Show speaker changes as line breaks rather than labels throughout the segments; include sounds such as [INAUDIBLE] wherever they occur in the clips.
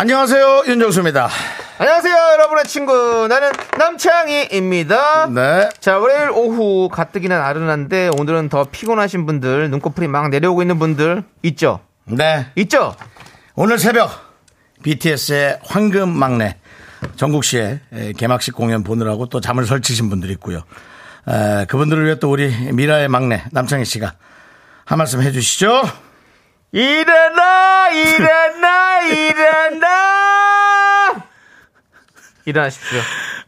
안녕하세요 윤정수입니다.
안녕하세요, 여러분의 친구. 나는 남창희입니다.
네.
자, 월요일 오후 가뜩이나 나른한데 오늘은 더 피곤하신 분들, 눈꺼풀이 막 내려오고 있는 분들 있죠?
네
있죠?
오늘 새벽 BTS의 황금 막내 정국 씨의 에, 개막식 공연 보느라고 또 잠을 설치신 분들이 있고요. 에, 그분들을 위해 또 우리 미라의 막내 남창희 씨가 한 말씀 해주시죠.
일어나, 일어나, 일어나! 일어나십시오.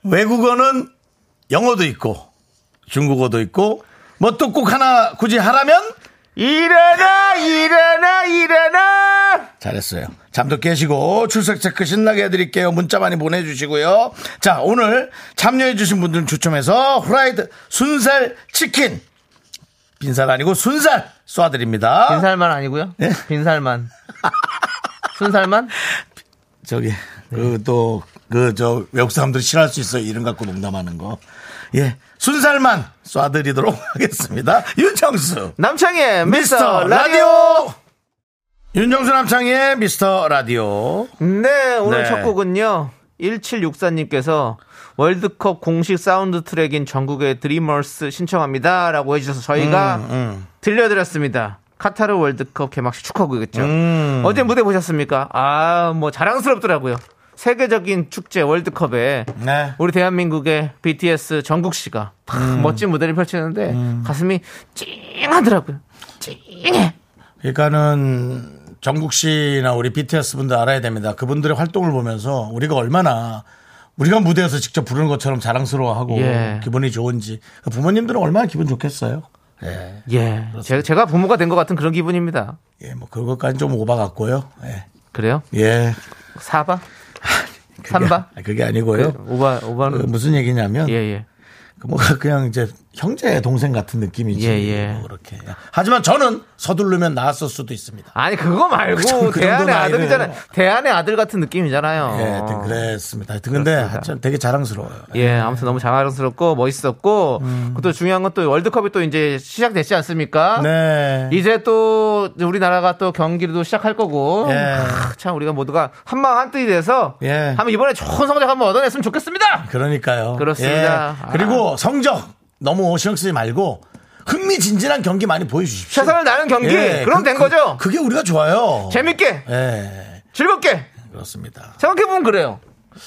외국어는 영어도 있고 중국어도 있고 뭐 또 꼭 하나 굳이 하라면
일어나, 일어나, 일어나!
잘했어요. 잠도 깨시고 출석 체크 신나게 해드릴게요. 문자 많이 보내주시고요. 자 오늘 참여해주신 분들 추첨해서 후라이드 순살 치킨 빈살 아니고 순살 쏴드립니다.
빈살만 아니고요
네?
빈살만.
[LAUGHS]
순살만?
저기 그 또 그 저 외국 사람들이 싫어할 수 있어요. 이름 갖고 농담하는 거. 예 순살만 쏴드리도록 [LAUGHS] 하겠습니다. 윤정수
남창희의
미스터 라디오 윤정수 남창희의 미스터 라디오
네, 오늘
네.
첫 곡은요. 1764님께서 월드컵 공식 사운드 트랙인 전국의 드리머스 신청합니다. 라고 해주셔서 저희가
음,
들려드렸습니다. 카타르 월드컵 개막식 축하곡이겠죠.
음.
어제 무대 보셨습니까? 아, 뭐 자랑스럽더라고요. 세계적인 축제 월드컵에
네.
우리 대한민국의 BTS 정국 씨가 다
음.
멋진 무대를 펼치는데 가슴이 찡하더라고요. 찡해.
그러니까는 정국 씨나 우리 BTS 분들 알아야 됩니다. 그분들의 활동을 보면서 우리가 얼마나 우리가 무대에서 직접 부르는 것처럼 자랑스러워하고
예.
기분이 좋은지 부모님들은 얼마나 기분 좋겠어요. 예,
예. 제- 제가 부모가 된 것 같은 그런 기분입니다.
예, 뭐 그것까지 좀 오바 같고요. 예,
그래요?
예.
4바? 3바?
그게, 그게 아니고요.
오바오바는
그 무슨 얘기냐면
예, 예.
그 뭐가 그냥 이제 형제 동생 같은 느낌이지.
예, 예.
뭐 그렇게. 하지만 저는 서두르면 나았을 수도 있습니다.
아니, 그거 말고,
그 정도
대안의
나이를-
아들이잖아요. 대안의 아들 같은 느낌이잖아요.
예, 하여튼 그랬습니다. 하여튼 근데 하여튼 되게 자랑스러워요.
예, 아무튼 너무 자랑스럽고, 멋있었고, 그것도 중요한 건 또 월드컵이 또 이제 시작됐지 않습니까?
음. 네.
이제 또 우리나라가 또 경기를 또 시작할 거고,
예.
아, 참, 우리가 모두가 한마음 한뜻이 돼서,
예.
한번 이번에 좋은 성적 한번 얻어냈으면 좋겠습니다!
그러니까요.
그렇습니다. 아.
예. 그리고 성적 너무 신경 쓰지 말고 흥미진진한 경기 많이 보여주십시오.
최선을 다하는 경기, 그럼 된 거죠?
그, 게 우리가 좋아요.
재밌게,
예,
즐겁게,
그렇습니다.
생각해보면 그래요.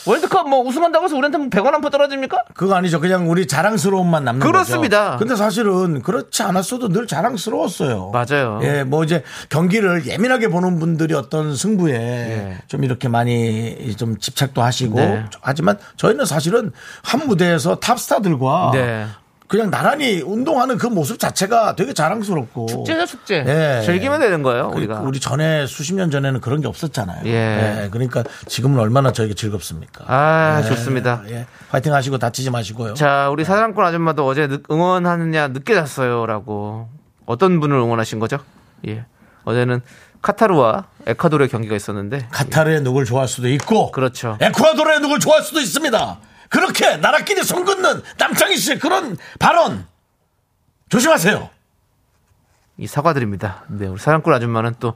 월드컵 뭐 우승한다고 해서 우리한테 100원 한 푼 떨어집니까?
그거 아니죠. 그냥 우리 자랑스러움만 남는
그렇습니다.
거죠. 근데 사실은 그렇지 않았어도 늘 자랑스러웠어요.
맞아요.
예, 뭐 이제 경기를 예민하게 보는 분들이 어떤 승부에 좀 이렇게 많이 좀 집착도 하시고
예. 네.
하지만 저희는 사실은 한 무대에서 탑스타들과
네.
그냥 나란히 운동하는 그 모습 자체가 되게 자랑스럽고
축제죠 축제.
예.
즐기면 되는 거예요
그-
우리가.
우리 전에 수십 년 전에는 그런 게 없었잖아요.
예.
그러니까 지금은 얼마나 저희가 즐겁습니까?
아 좋습니다.
예. 파이팅 하시고 다치지 마시고요.
자 우리 사랑꾼 아줌마도 어제 늦- 응원하느냐 늦게 잤어요라고 어떤 분을 응원하신 거죠? 예. 어제는 카타르와 에콰도르의 경기가 있었는데
카타르에 누굴 좋아할 수도 있고
예. 그렇죠.
에콰도르에 누굴 좋아할 수도 있습니다. 그렇게 나라끼리 손 긋는 남창희 씨의 그런 발언 조심하세요.
이 사과드립니다. 네 우리 사랑꾼 아줌마는 또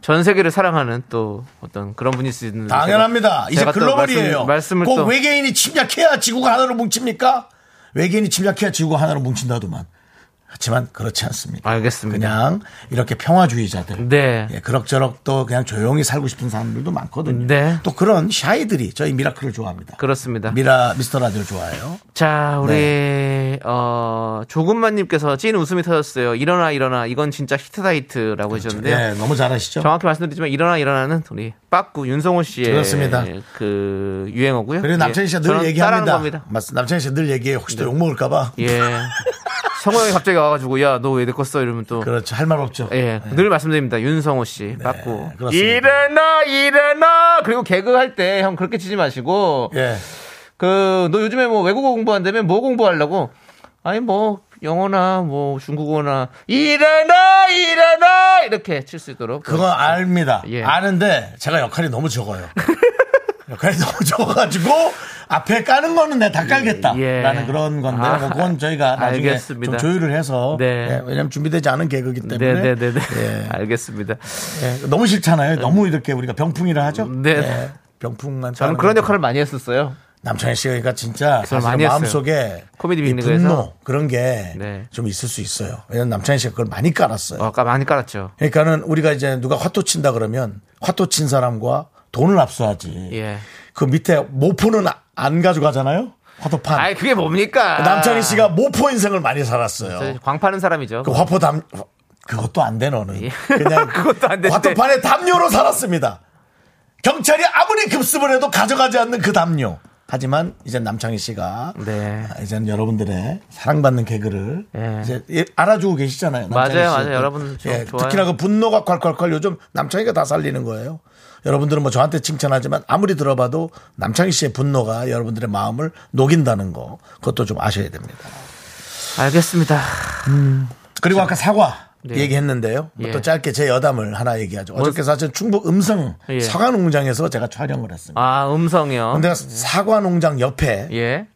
전 세계를 사랑하는 또 어떤 그런 분일 수 있는
당연합니다. 이제
음, 제가 또
글로벌이에요.
말씀, 말씀을
꼭
또
외계인이 침략해야 지구가 하나로 뭉칩니까? 외계인이 침략해야 지구가 하나로 뭉친다더만. 하지만 그렇지 않습니다.
알겠습니다.
그냥 이렇게 평화주의자들.
네.
예, 그럭저럭 또 그냥 조용히 살고 싶은 사람들도 많거든요.
네.
또 그런 샤이들이 저희 미라클을 좋아합니다.
그렇습니다.
미라 미스터 라디오를 좋아해요.
자, 우리
네.
어 조금만 님께서 찐 웃음이 터졌어요. 일어나 일어나. 이건 진짜 히트다 히트라고 하셨는데 요
네, 너무 잘하시죠?
그렇죠. 정확히 말씀드리지만 일어나 일어나는 우리 빠꾸 윤성호 씨의
그렇습니다.
그 유행어고요.
그리고 남창희 씨가
저는
늘
따라하는
얘기합니다.
겁니다.
[LAUGHS]
네.
맞습니다. 남창희 씨가 늘 얘기해요. 혹시 또 욕먹을까봐.
예. 성호형이 갑자기 와가지고 야 너 왜 내꺼 써 이러면 또
그렇죠. 할 말 없죠.
예, 늘 말씀드립니다. 윤성호 씨 받고
그렇습니다.
일어나 일어나 그리고 개그 할 때 형 그렇게 치지 마시고
예.
그 너 요즘에 뭐 외국어 공부한다면 뭐 공부하려고 아니 뭐 영어나 뭐 중국어나 일어나 일어나 이렇게 칠 수 있도록
그건 압니다.
예.
아는데 제가 역할이 너무 적어요. [LAUGHS] 역할이 너무 적어가지고 앞에 까는 거는 내가 다 깔겠다.
예.
라는 그런 건데
아,
뭐 그건 저희가 나중에
알겠습니다.
좀 조율을 해서
네.
예, 왜냐면 준비되지 않은 개그이기 때문에
네네네네
예.
알겠습니다.
예, 너무 싫잖아요. 너무 이렇게 우리가 병풍이라 하죠.
네.
예, 병풍만
저는
짜는
그런
거.
역할을 많이 했었어요.
남창희 씨가 그러니까 진짜
그걸
사실
많이 했어요.
마음속에
코미디
이
빅리그에서.
분노 그런 게 좀
네.
있을 수 있어요. 왜냐면 남창희 씨가 그걸 많이 깔았어요.
아까 많이 깔았죠.
그러니까는 우리가 이제 누가 화토 친다 그러면 화토 친 사람과 돈을 압수하지.
예.
그 밑에 모포는 아- 안 가져가잖아요. 화토판.
아이 아. 그게 뭡니까?
남창희 씨가 모포 인생을 많이 살았어요.
저 광파는 사람이죠. 예.
그 화포 담 그것도 안 돼 너는. 그냥
[LAUGHS] 그것도 안 되는데.
화토판에 담요로 살았습니다. 경찰이 아무리 급습을 해도 가져가지 않는 그 담요. 하지만 이제 남창희 씨가
네.
아, 이제는 여러분들의 사랑받는 개그를
예.
이제 예, 알아주고 계시잖아요. 남창희
맞아요,
씨. 그
맞아요. 여러분들 좀 좋아요.
특히나 그 분노가 콸콸콸 요즘 남창희가 다 살리는 거예요. 여러분들은 뭐 저한테 칭찬하지만 아무리 들어봐도 남창희 씨의 분노가 여러분들의 마음을 녹인다는 거 그것도 좀 아셔야 됩니다.
알겠습니다.
그리고 아까 사과
네.
얘기했는데요. 뭐또
예. 뭐
짧게 제 여담을 하나 얘기하죠. 어저께 사실 충북 음성
예.
사과 농장에서 제가 촬영을 했습니다.
아 음성이요.
근데 사과 농장 옆에
예.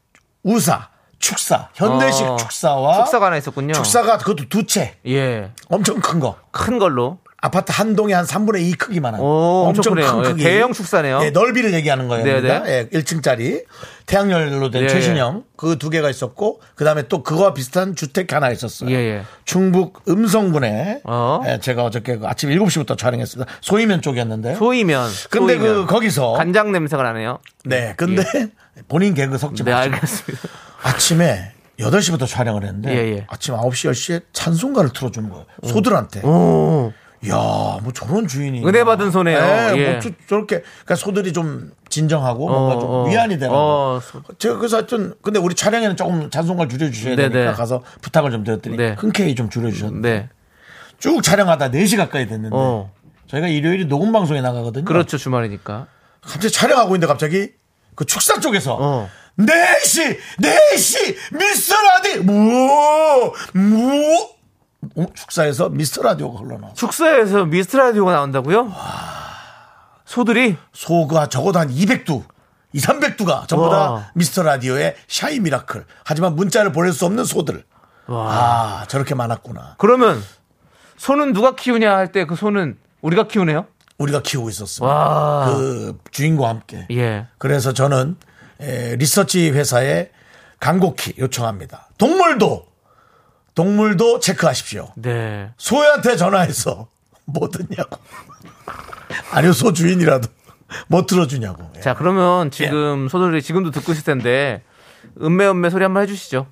우사, 축사, 현대식
어,
축사와
축사가 하나 있었군요.
축사가 그것도 두 채.
예.
엄청 큰 거.
큰 걸로.
아파트 한 동에 한 3분의 2 크기만 한.
오, 엄청 크네요. 예, 대형 축사네요.
예, 넓이를 얘기하는 거예요.
네,
그러니까.
네.
예, 1층짜리 태양열로 된
예,
최신형 그 두 개가 있었고 그다음에 또 그거와 비슷한 주택 하나 있었어요.
예, 예.
충북 음성군에
어.
예, 제가 어저께 그 아침 7시부터 촬영했습니다. 소이면 쪽이었는데.
소이면.
근데 그
소이면.
거기서
간장 냄새가 나네요.
네. 근데 본인 개그 섞지
네
마시고
알겠습니다.
아침에 8시부터 촬영을 했는데
예, 예.
아침 9시 10시에 찬송가를 틀어 주는 거예요. 소들한테.
오.
야, 뭐 저런 주인이
은혜 받은 소네요.
예,
예.
뭐 저, 저렇게 그러니까 소들이 좀 진정하고 뭔가 좀
어, 어.
위안이 되는.
어, 소-
제가 그래서 하여튼 근데 우리 촬영에는 조금 잔송가를 줄여주셔야
네네.
되니까 가서 부탁을 좀 드렸더니
네.
흔쾌히 좀 줄여주셨는데
네.
쭉 촬영하다 4시 가까이 됐는데
어.
저희가 일요일이 녹음 방송에 나가거든요.
그렇죠 주말이니까.
갑자기 촬영하고 있는데 갑자기 그 축사 쪽에서
어.
4시 4시 미스터 라디오 무무 축사에서 미스터 라디오가 흘러나와.
축사에서 미스트 라디오가 나온다고요? 소들이
소가 적어도 한 200두, 2, 300두가 전부
와.
다 미스터 라디오의 샤이 미라클. 하지만 문자를 보낼 수 없는 소들. 아, 저렇게 많았구나.
그러면 소는 누가 키우냐 할 때 그 소는 우리가 키우네요.
우리가 키우고 있었습니다.
와.
그 주인과 함께.
아, 예.
그래서 저는 에, 리서치 회사에 간곡히 요청합니다. 동물도, 동물도 체크하십시오.
네.
소한테 전화해서 뭐 듣냐고. 아니요, 소 주인이라도 뭐 들어주냐고. 예.
자 그러면 지금 소들이 지금도 듣고 있을 텐데 음매 음매 소리 한번 해주시죠.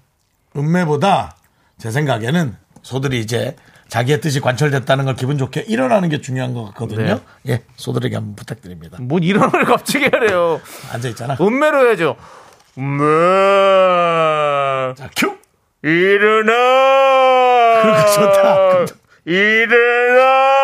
음매보다 제 생각에는 소들이 이제 자기의 뜻이 관철됐다는 걸 기분 좋게 일어나는 게 중요한 것 같거든요.
네.
예, 소들에게 한번 부탁드립니다.
뭔 이런 걸 [LAUGHS] 갑자기 하래요.
앉아 있잖아.
음매로 해야죠. 음매.
자, 큐.
일어나.
그런 거 좋다.
일어나.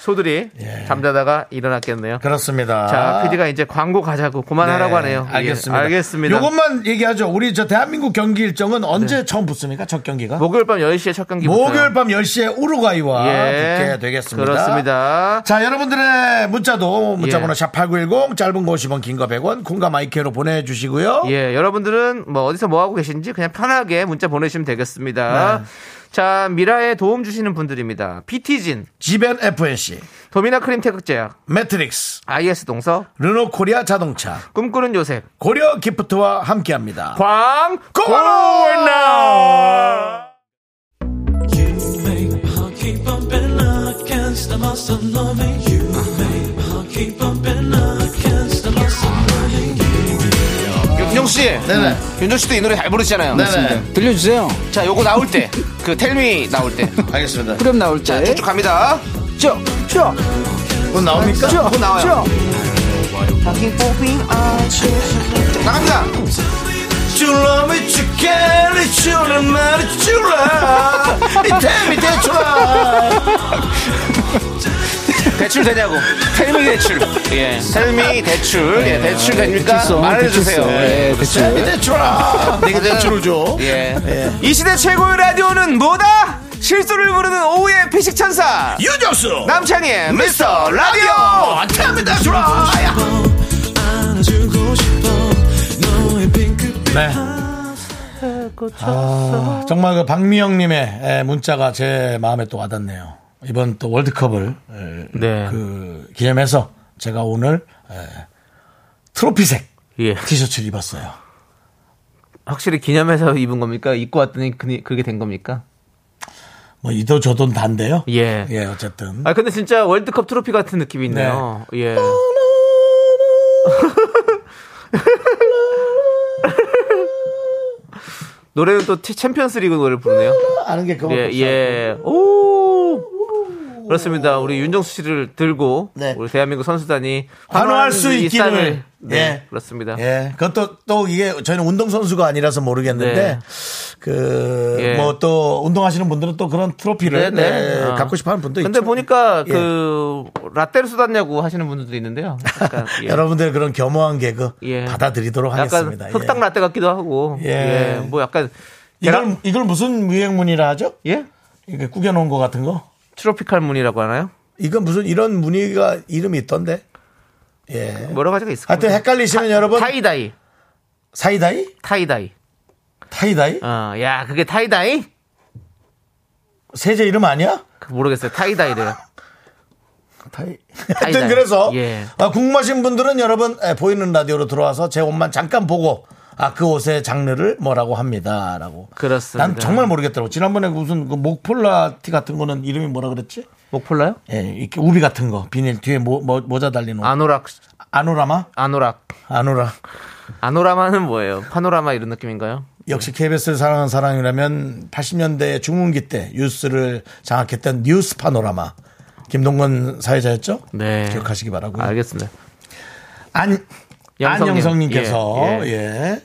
소들이
예.
잠자다가 일어났겠네요.
그렇습니다.
자, PD가 이제 광고 가자고 그만하라고
아. 네,
하네요. 예,
알겠습니다.
알겠습니다. 네.
요것만 얘기하죠. 우리 저 대한민국 경기 일정은 언제 처음 붙습니까? 첫 경기가?
목요일 밤 10시에 첫 경기
목요일 밤 10시에 우루과이와
예,
붙게 되겠습니다.
그렇습니다.
자, 여러분들의 문자도 문자번호
예.
샵8910 짧은 거 50원, 긴 거 100원, 콩과 마이크로 보내주시고요.
예, 여러분들은 뭐 어디서 뭐 하고 계신지 그냥 편하게 문자 보내시면 되겠습니다. 자, 미라에 도움 주시는 분들입니다. 피티진,
지벤 FNC,
도미나 크림 태극제약,
매트릭스,
IS 동서,
르노 코리아 자동차,
꿈꾸는 요셉,
고려 기프트와 함께 합니다.
광,
고마워!
윤정씨,
네네.
윤정씨도 이 노래 잘 부르시잖아요.
네네.
들려주세요.
자, 요거 나올 때, 그 텔미 나올 때,
알겠습니다.
그럼 나올 때.
쭉쭉 갑니다.
쭉, 쭉,
그건 나옵니까?
쭉,
쭉 나와요.
쭉.
나갑니다.
That you love me, you can't, it's you, and my, it's [LAUGHS] you, love. 이 템이 대출아.
대출 되냐고. 텔미 대출. 예. 텔미 대출. 예. 대출 됩니까?
대출성,
말해주세요.
대출성.
예.
예, 대출.
템이 대출아. 내게 대출을 줘.
예.
이 시대 최고의 라디오는 뭐다? 실수를 부르는 오후의 피식천사
유정수.
남창희의
미스터 라디오. 템이 대출아. 네. 아, 정말 그 박미영님의 에, 문자가 제 마음에 또 와닿네요. 이번 또 월드컵을 에,
네.
그 기념해서 제가 오늘 에, 트로피색
예.
티셔츠를 입었어요.
확실히 기념해서 입은 겁니까? 입고 왔더니 그, 그게 된 겁니까?
뭐 이도 저도 단데요.
예.
예, 어쨌든
아 근데 진짜 월드컵 트로피 같은 느낌이 있네요. [LAUGHS] 예. 노래는 또 티- 챔피언스리그 노래를 부르네요.
아는 게 그거.
예, 예. 오. 그렇습니다. 우리 윤정수 씨를 들고
네.
우리 대한민국 선수단이
환호할 수
이
있기를.
쌍을. 네,
예.
그렇습니다.
예, 그것도 또 이게 저희는 운동선수가 아니라서 모르겠는데,
네.
그,
예.
뭐 또 운동하시는 분들은 또 그런 트로피를
네, 네.
예,
아.
갖고 싶어 하는 분도
근데
있죠.
보니까
예.
그 라떼를 쏟았냐고 하시는 분들도 있는데요.
[LAUGHS]
약간, 예.
여러분들의 그런 겸허한 개그
예.
받아들이도록
약간
하겠습니다.
흑당
예.
라떼 같기도 하고.
예.
예. 뭐 약간
이걸, 이걸 무슨 유행문이라 하죠?
예?
이게 구겨놓은 거 같은 거?
트로피칼 문이라고 하나요?
이건 무슨 이런 문의가 이름이 있던데? 예.
여러 가지가 있을
하여튼
겁니다.
헷갈리시면 여러분
뭐, 타이다이,
사이다이?
타이다이.
타이다이?
어, 야, 그게 타이다이?
세제 이름 아니야?
그
[LAUGHS]
모르겠어요. 타이다이래요.
타이.
타이다이.
하여튼 그래서
예.
아, 궁금하신 분들은 여러분 에, 보이는 라디오로 들어와서 제 옷만 잠깐 보고 아 그 옷의 장르를 뭐라고 합니다라고.
그렇습니다.
난 정말 모르겠더라고. 지난번에 무슨 그 목폴라 티 같은 거는 이름이 뭐라 그랬지?
목폴라요?
예, 이렇게 우비 같은 거 비닐 뒤에 모, 자 달린 옷.
아노락, 네.
아노라마?
아노락.
아노라.
아노라마는 뭐예요? 파노라마 이런 느낌인가요?
역시 KBS를 사랑하는 사랑이라면 80년대 중흥기 때 뉴스를 장악했던 뉴스 파노라마. 김동건 사회자였죠?
네.
기억하시기 바라고요.
알겠습니다.
안
영성님.
안영성님께서
예,
예,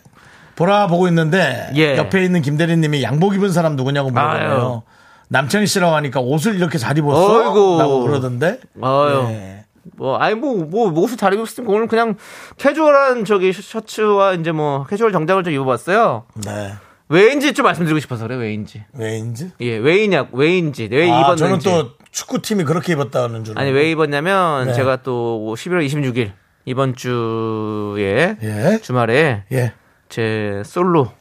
보라 보고 있는데
예.
옆에 있는 김대리님이 양복 입은 사람 누구냐고 물어봐요.
아유.
남창희 씨라고 하니까 옷을 이렇게 잘 입었어?
어이구.
라고 그러던데.
아유.
예.
뭐, 아니, 뭐, 뭐, 뭐 옷을 잘 입었으니까 오늘 그냥 캐주얼한 저기 셔츠와 이제 뭐, 캐주얼 정장을 좀 입어봤어요.
네.
왜인지 좀 말씀드리고 싶어서 그래, 왜인지.
왜인지?
예, 왜이냐, 왜인지, 왜
아,
입었는지.
저는 또 축구팀이 그렇게 입었다는 줄.
아니
알고.
왜 입었냐면
네.
제가 또 11월 26일 이번 주에
예.
주말에
예.
제 솔로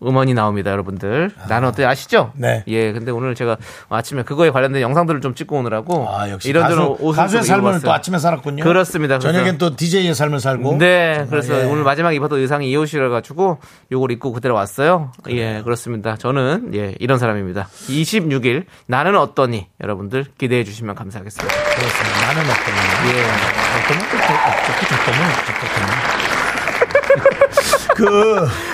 음원이 나옵니다, 여러분들. 나는 어때 아시죠?
네.
예, 근데 오늘 제가 아침에 그거에 관련된 영상들을 좀 찍고 오느라고
아, 역시
이런저런
가수,
옷을
가수의
좀
삶을
입어봤어요.
또 아침에 살았군요.
그렇습니다. 그래서-
저녁엔 또 DJ의 삶을 살고.
네, 그래서
예.
오늘 마지막에 입었던 의상이 이 옷이라 가지고 요걸 입고 그대로 왔어요. 예, 그렇습니다. 저는 예, 이런 사람입니다. 26일 나는 어떠니 여러분들 기대해 주시면 감사하겠습니다.
그렇습니다. 나는 어떤
예. 그,
[LAUGHS]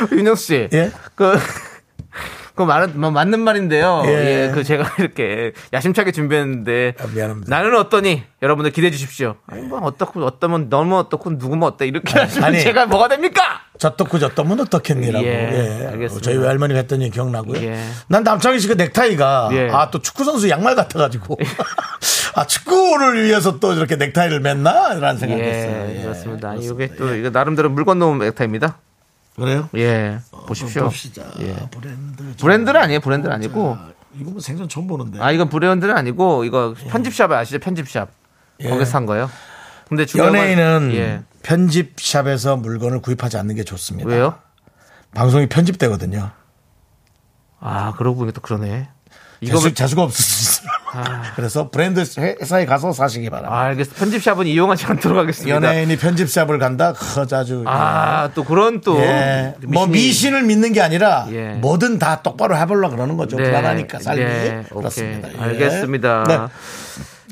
그
윤영 씨.
예?
그, [LAUGHS] 그 말은, 뭐 맞는 말인데요.
예.
예. 그 제가 [LAUGHS] 이렇게 야심차게 준비했는데.
아, 미안합니다.
나는 어떠니? 여러분들 기대해 주십시오. 아니, 뭐, 어떻고, 어떠면, 너무 어떻고, 누구면 어때? 이렇게 하시면
아니.
제가 뭐가 됩니까?
저떡구 저떡은 어떻겠니라고.
예,
예.
알겠습니다.
저희 외할머니가 했던 얘기 기억나고요.
예.
난 남창희 씨그 넥타이가
예.
아 또 축구 선수 양말 같아 가지고 [LAUGHS] 아 축구를 위해서 또 이렇게 넥타이를 맸나라는 생각이
예,
했어요.
그렇습니다. 아니, 이게 또,
예.
이거 나름대로 물 건너온 액타입니다.
그래요?
예. 보십시오.
시작.
예.
브랜드.
브랜드는 아니에요. 브랜드는 아니고.
이거 뭐 생선 처음 보는데.
아, 이건 브랜드는 아니고, 이거 편집샵 아시죠? 편집샵.
예.
거기서 산 거예요. 근데 중요한 건-
연예인은
예.
편집샵에서 물건을 구입하지 않는 게 좋습니다.
왜요?
방송이 편집되거든요.
아, 그러고 보니까 또 그러네. 이거
재수, 재수가 없을 수 있어요. [LAUGHS] 그래서 브랜드 회사에 가서 사시기 바랍니다.
아, 알겠어. 편집샵은 이용하지 않도록 하겠습니다.
연예인이 편집샵을 간다? 허, 자주.
아, 또 그런 또.
예.
미신이-
뭐 미신을 믿는 게 아니라
예.
뭐든 다 똑바로 해보려 그러는 거죠.
네,
불안하니까 삶이
네, 오케이.
그렇습니다. 예.
알겠습니다.
네.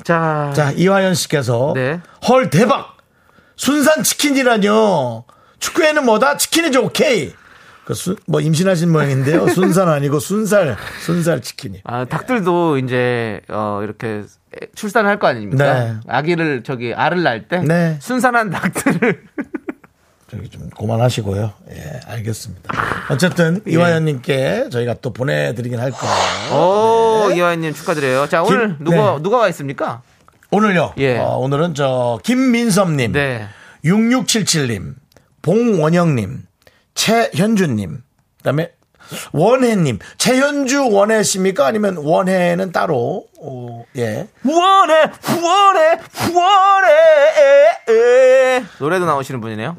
자,
자 이화연 씨께서
네.
헐 대박 순산 치킨이라뇨. 축구에는 뭐다 치킨이죠 오케이. 그 수- 뭐 임신하신 모양인데요. 순산 아니고 순살 순살 치킨이.
아, 닭들도 이제, 어, 이렇게 출산을 할 거 아닙니까?
네.
아기를, 저기, 알을 낳을 때.
네.
순산한 닭들을.
저기 좀 고만하시고요. 예, 알겠습니다. 어쨌든
예.
이화연님께 저희가 또 보내드리긴 할 거예요.
오, 이화인님 축하드려요. 자, 오늘
네. 김-
누가,
네.
누가 와 있습니까?
오늘요.
예.
어, 오늘은 저 김민섭님,
네.
6677님, 봉원영님, 최현주님, 그다음에 원혜님. 최현주 원혜 씨입니까? 아니면 원혜는 따로? 어, 예.
원해, 원해, 원해. 노래도 나오시는 분이네요.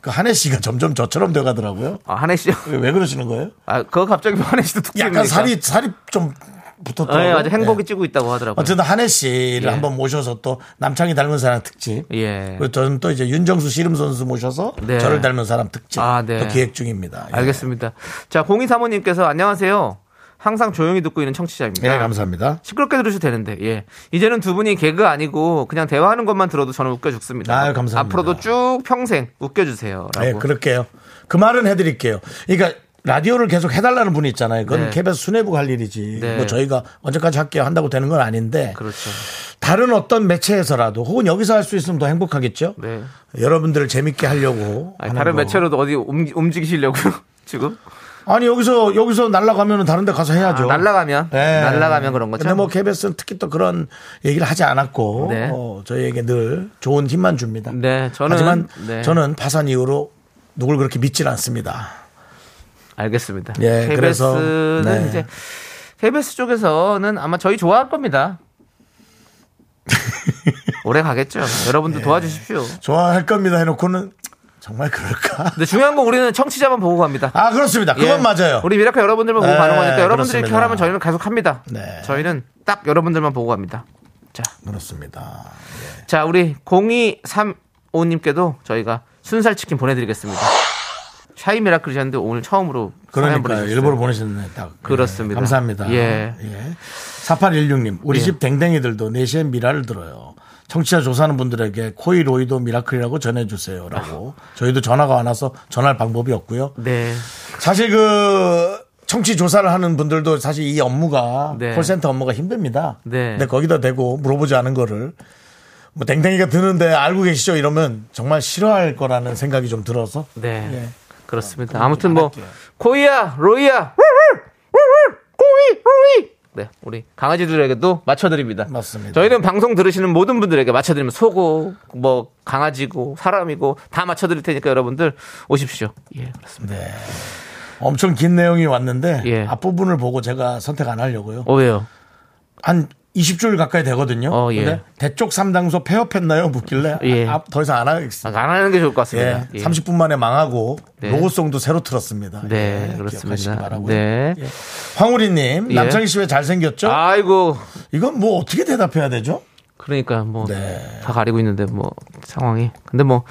그 한혜 씨가 점점 저처럼 돼가더라고요.
아, 한혜 씨.
왜, 왜 그러시는 거예요?
아, 그거 갑자기 한혜 씨도 툭
약간
찝니까?
살이 살이 좀
그러니까. 아,
붙었더라고요.
예, 맞아. 행복이
예.
찌고 있다고 하더라고요.
어쨌든 한혜 씨를
예.
한번 모셔서 또 남창이 닮은 사람 특집.
예.
그리고 저는 또 이제 윤정수 씨름 선수 모셔서
네.
저를 닮은 사람 특집.
아, 네.
또 기획 중입니다. 예.
알겠습니다. 자, 공이 사모님께서 안녕하세요. 항상 조용히 듣고 있는 청취자입니다.
예, 감사합니다.
시끄럽게 들으셔도 되는데, 예. 이제는 두 분이 개그 아니고 그냥 대화하는 것만 들어도 저는 웃겨 죽습니다.
아유, 감사합니다.
앞으로도 쭉 평생 웃겨주세요. 라고.
예, 그럴게요. 그 말은 해드릴게요. 그러니까 라디오를 계속 해달라는 분이 있잖아요. 그건
네.
케 b s 수뇌부가 할 일이지.
네.
뭐 저희가 언제까지 할게요 한다고 되는 건 아닌데
그렇죠.
다른 어떤 매체에서라도 혹은 여기서 할 수 있으면 더 행복하겠죠.
네.
여러분들을 재밌게 하려고
아니,
하는
다른
거.
매체로도 어디 움- 움직이시려고요? [LAUGHS] 지금?
아니 여기서 여기서 날라가면은 다른 데 가서 해야죠. 네.
아, 날라가면? 날라가면 그런 거죠?
근데 뭐 KBS는 특히 또 그런 얘기를 하지 않았고
네.
어, 저희에게 늘 좋은 힘만 줍니다.
네, 저는-
하지만
네.
저는 파산 이후로 누굴 그렇게 믿질 않습니다.
알겠습니다.
예,
KBS는
그래서, 네.
이제 KBS 쪽에서는 아마 저희 좋아할
[LAUGHS]
겁니다. 오래 가겠죠.
예.
여러분들 도와주십시오.
좋아할 겁니다 해놓고는 정말 그럴까?
근데 중요한 건 우리는 청취자만 보고 갑니다.
아 그렇습니다. 그건
네. 예,
맞아요.
우리 미라클 여러분들만 보고
네,
가는 거니까 여러분들이
그렇습니다.
이렇게 하라면 저희는 계속 합니다.
네.
저희는 딱 여러분들만 보고 갑니다. 자,
그렇습니다.
자 우리 0235님께도 저희가 순살 치킨 보내드리겠습니다. 샤이 미라클이셨는데 오늘 처음으로 사연
그러니까
보내주셨어요.
일부러 보내셨네. 딱. 예,
그렇습니다.
감사합니다.
예.
4816님, 우리
예.
집 댕댕이들도 4시에 미라를 들어요. 청취자 조사하는 분들에게 코이 로이도 미라클이라고 전해주세요. 라고.
아.
저희도 전화가 안 와서 전할 방법이 없고요.
네.
사실 그 청취 조사를 하는 분들도 사실 이 업무가
네.
콜센터 업무가 힘듭니다.
네.
근데 거기다 대고 물어보지 않은 거를 뭐 댕댕이가 드는데 알고 계시죠? 이러면 정말 싫어할 거라는 생각이 좀 들어서
네.
예.
그렇습니다. 아무튼 뭐 코이야, 로이야, 우르르, 우르르, 코이, 로이. 네, 우리 강아지들에게도 맞춰드립니다.
맞습니다.
저희는 방송 들으시는 모든 분들에게 맞춰드리면 소고, 뭐 강아지고 사람이고 다 맞춰드릴 테니까 여러분들 오십시오. 예, 그렇습니다.
네. 엄청 긴 내용이 왔는데
예.
앞부분을 보고 제가 선택 안 하려고요.
오예요.
한 20줄 가까이 되거든요.
어, 예.
근데 대쪽 3당소 폐업했나요? 묻길래
예.
아, 앞- 더 이상 안 하겠습니다.
안 하는 게 좋을 것
예,
같습니다. 예.
30분 만에 망하고
네.
로고송도 새로 틀었습니다.
네,
예, 기억하시기
그렇습니다.
바라고요.
네.
황우리님,
예.
남창희 씨 왜 잘생겼죠?
아이고,
이건 뭐 어떻게 대답해야 되죠?
그러니까 뭐 다
네.
가리고 있는데 뭐 상황이. 근데 뭐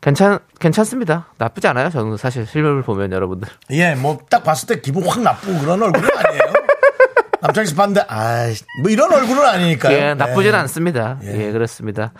괜찮 괜찮습니다. 나쁘지 않아요. 저는 사실 실물을 보면 여러분들.
예, 뭐 딱 봤을 때 기분 확 나쁘고 그런 얼굴은
[LAUGHS]
아니에요. 남창희 씨 봤는데, 아이, 뭐 이런 얼굴은 아니니까요.
예, 나쁘진
예.
않습니다.
예.
예. 그렇습니다.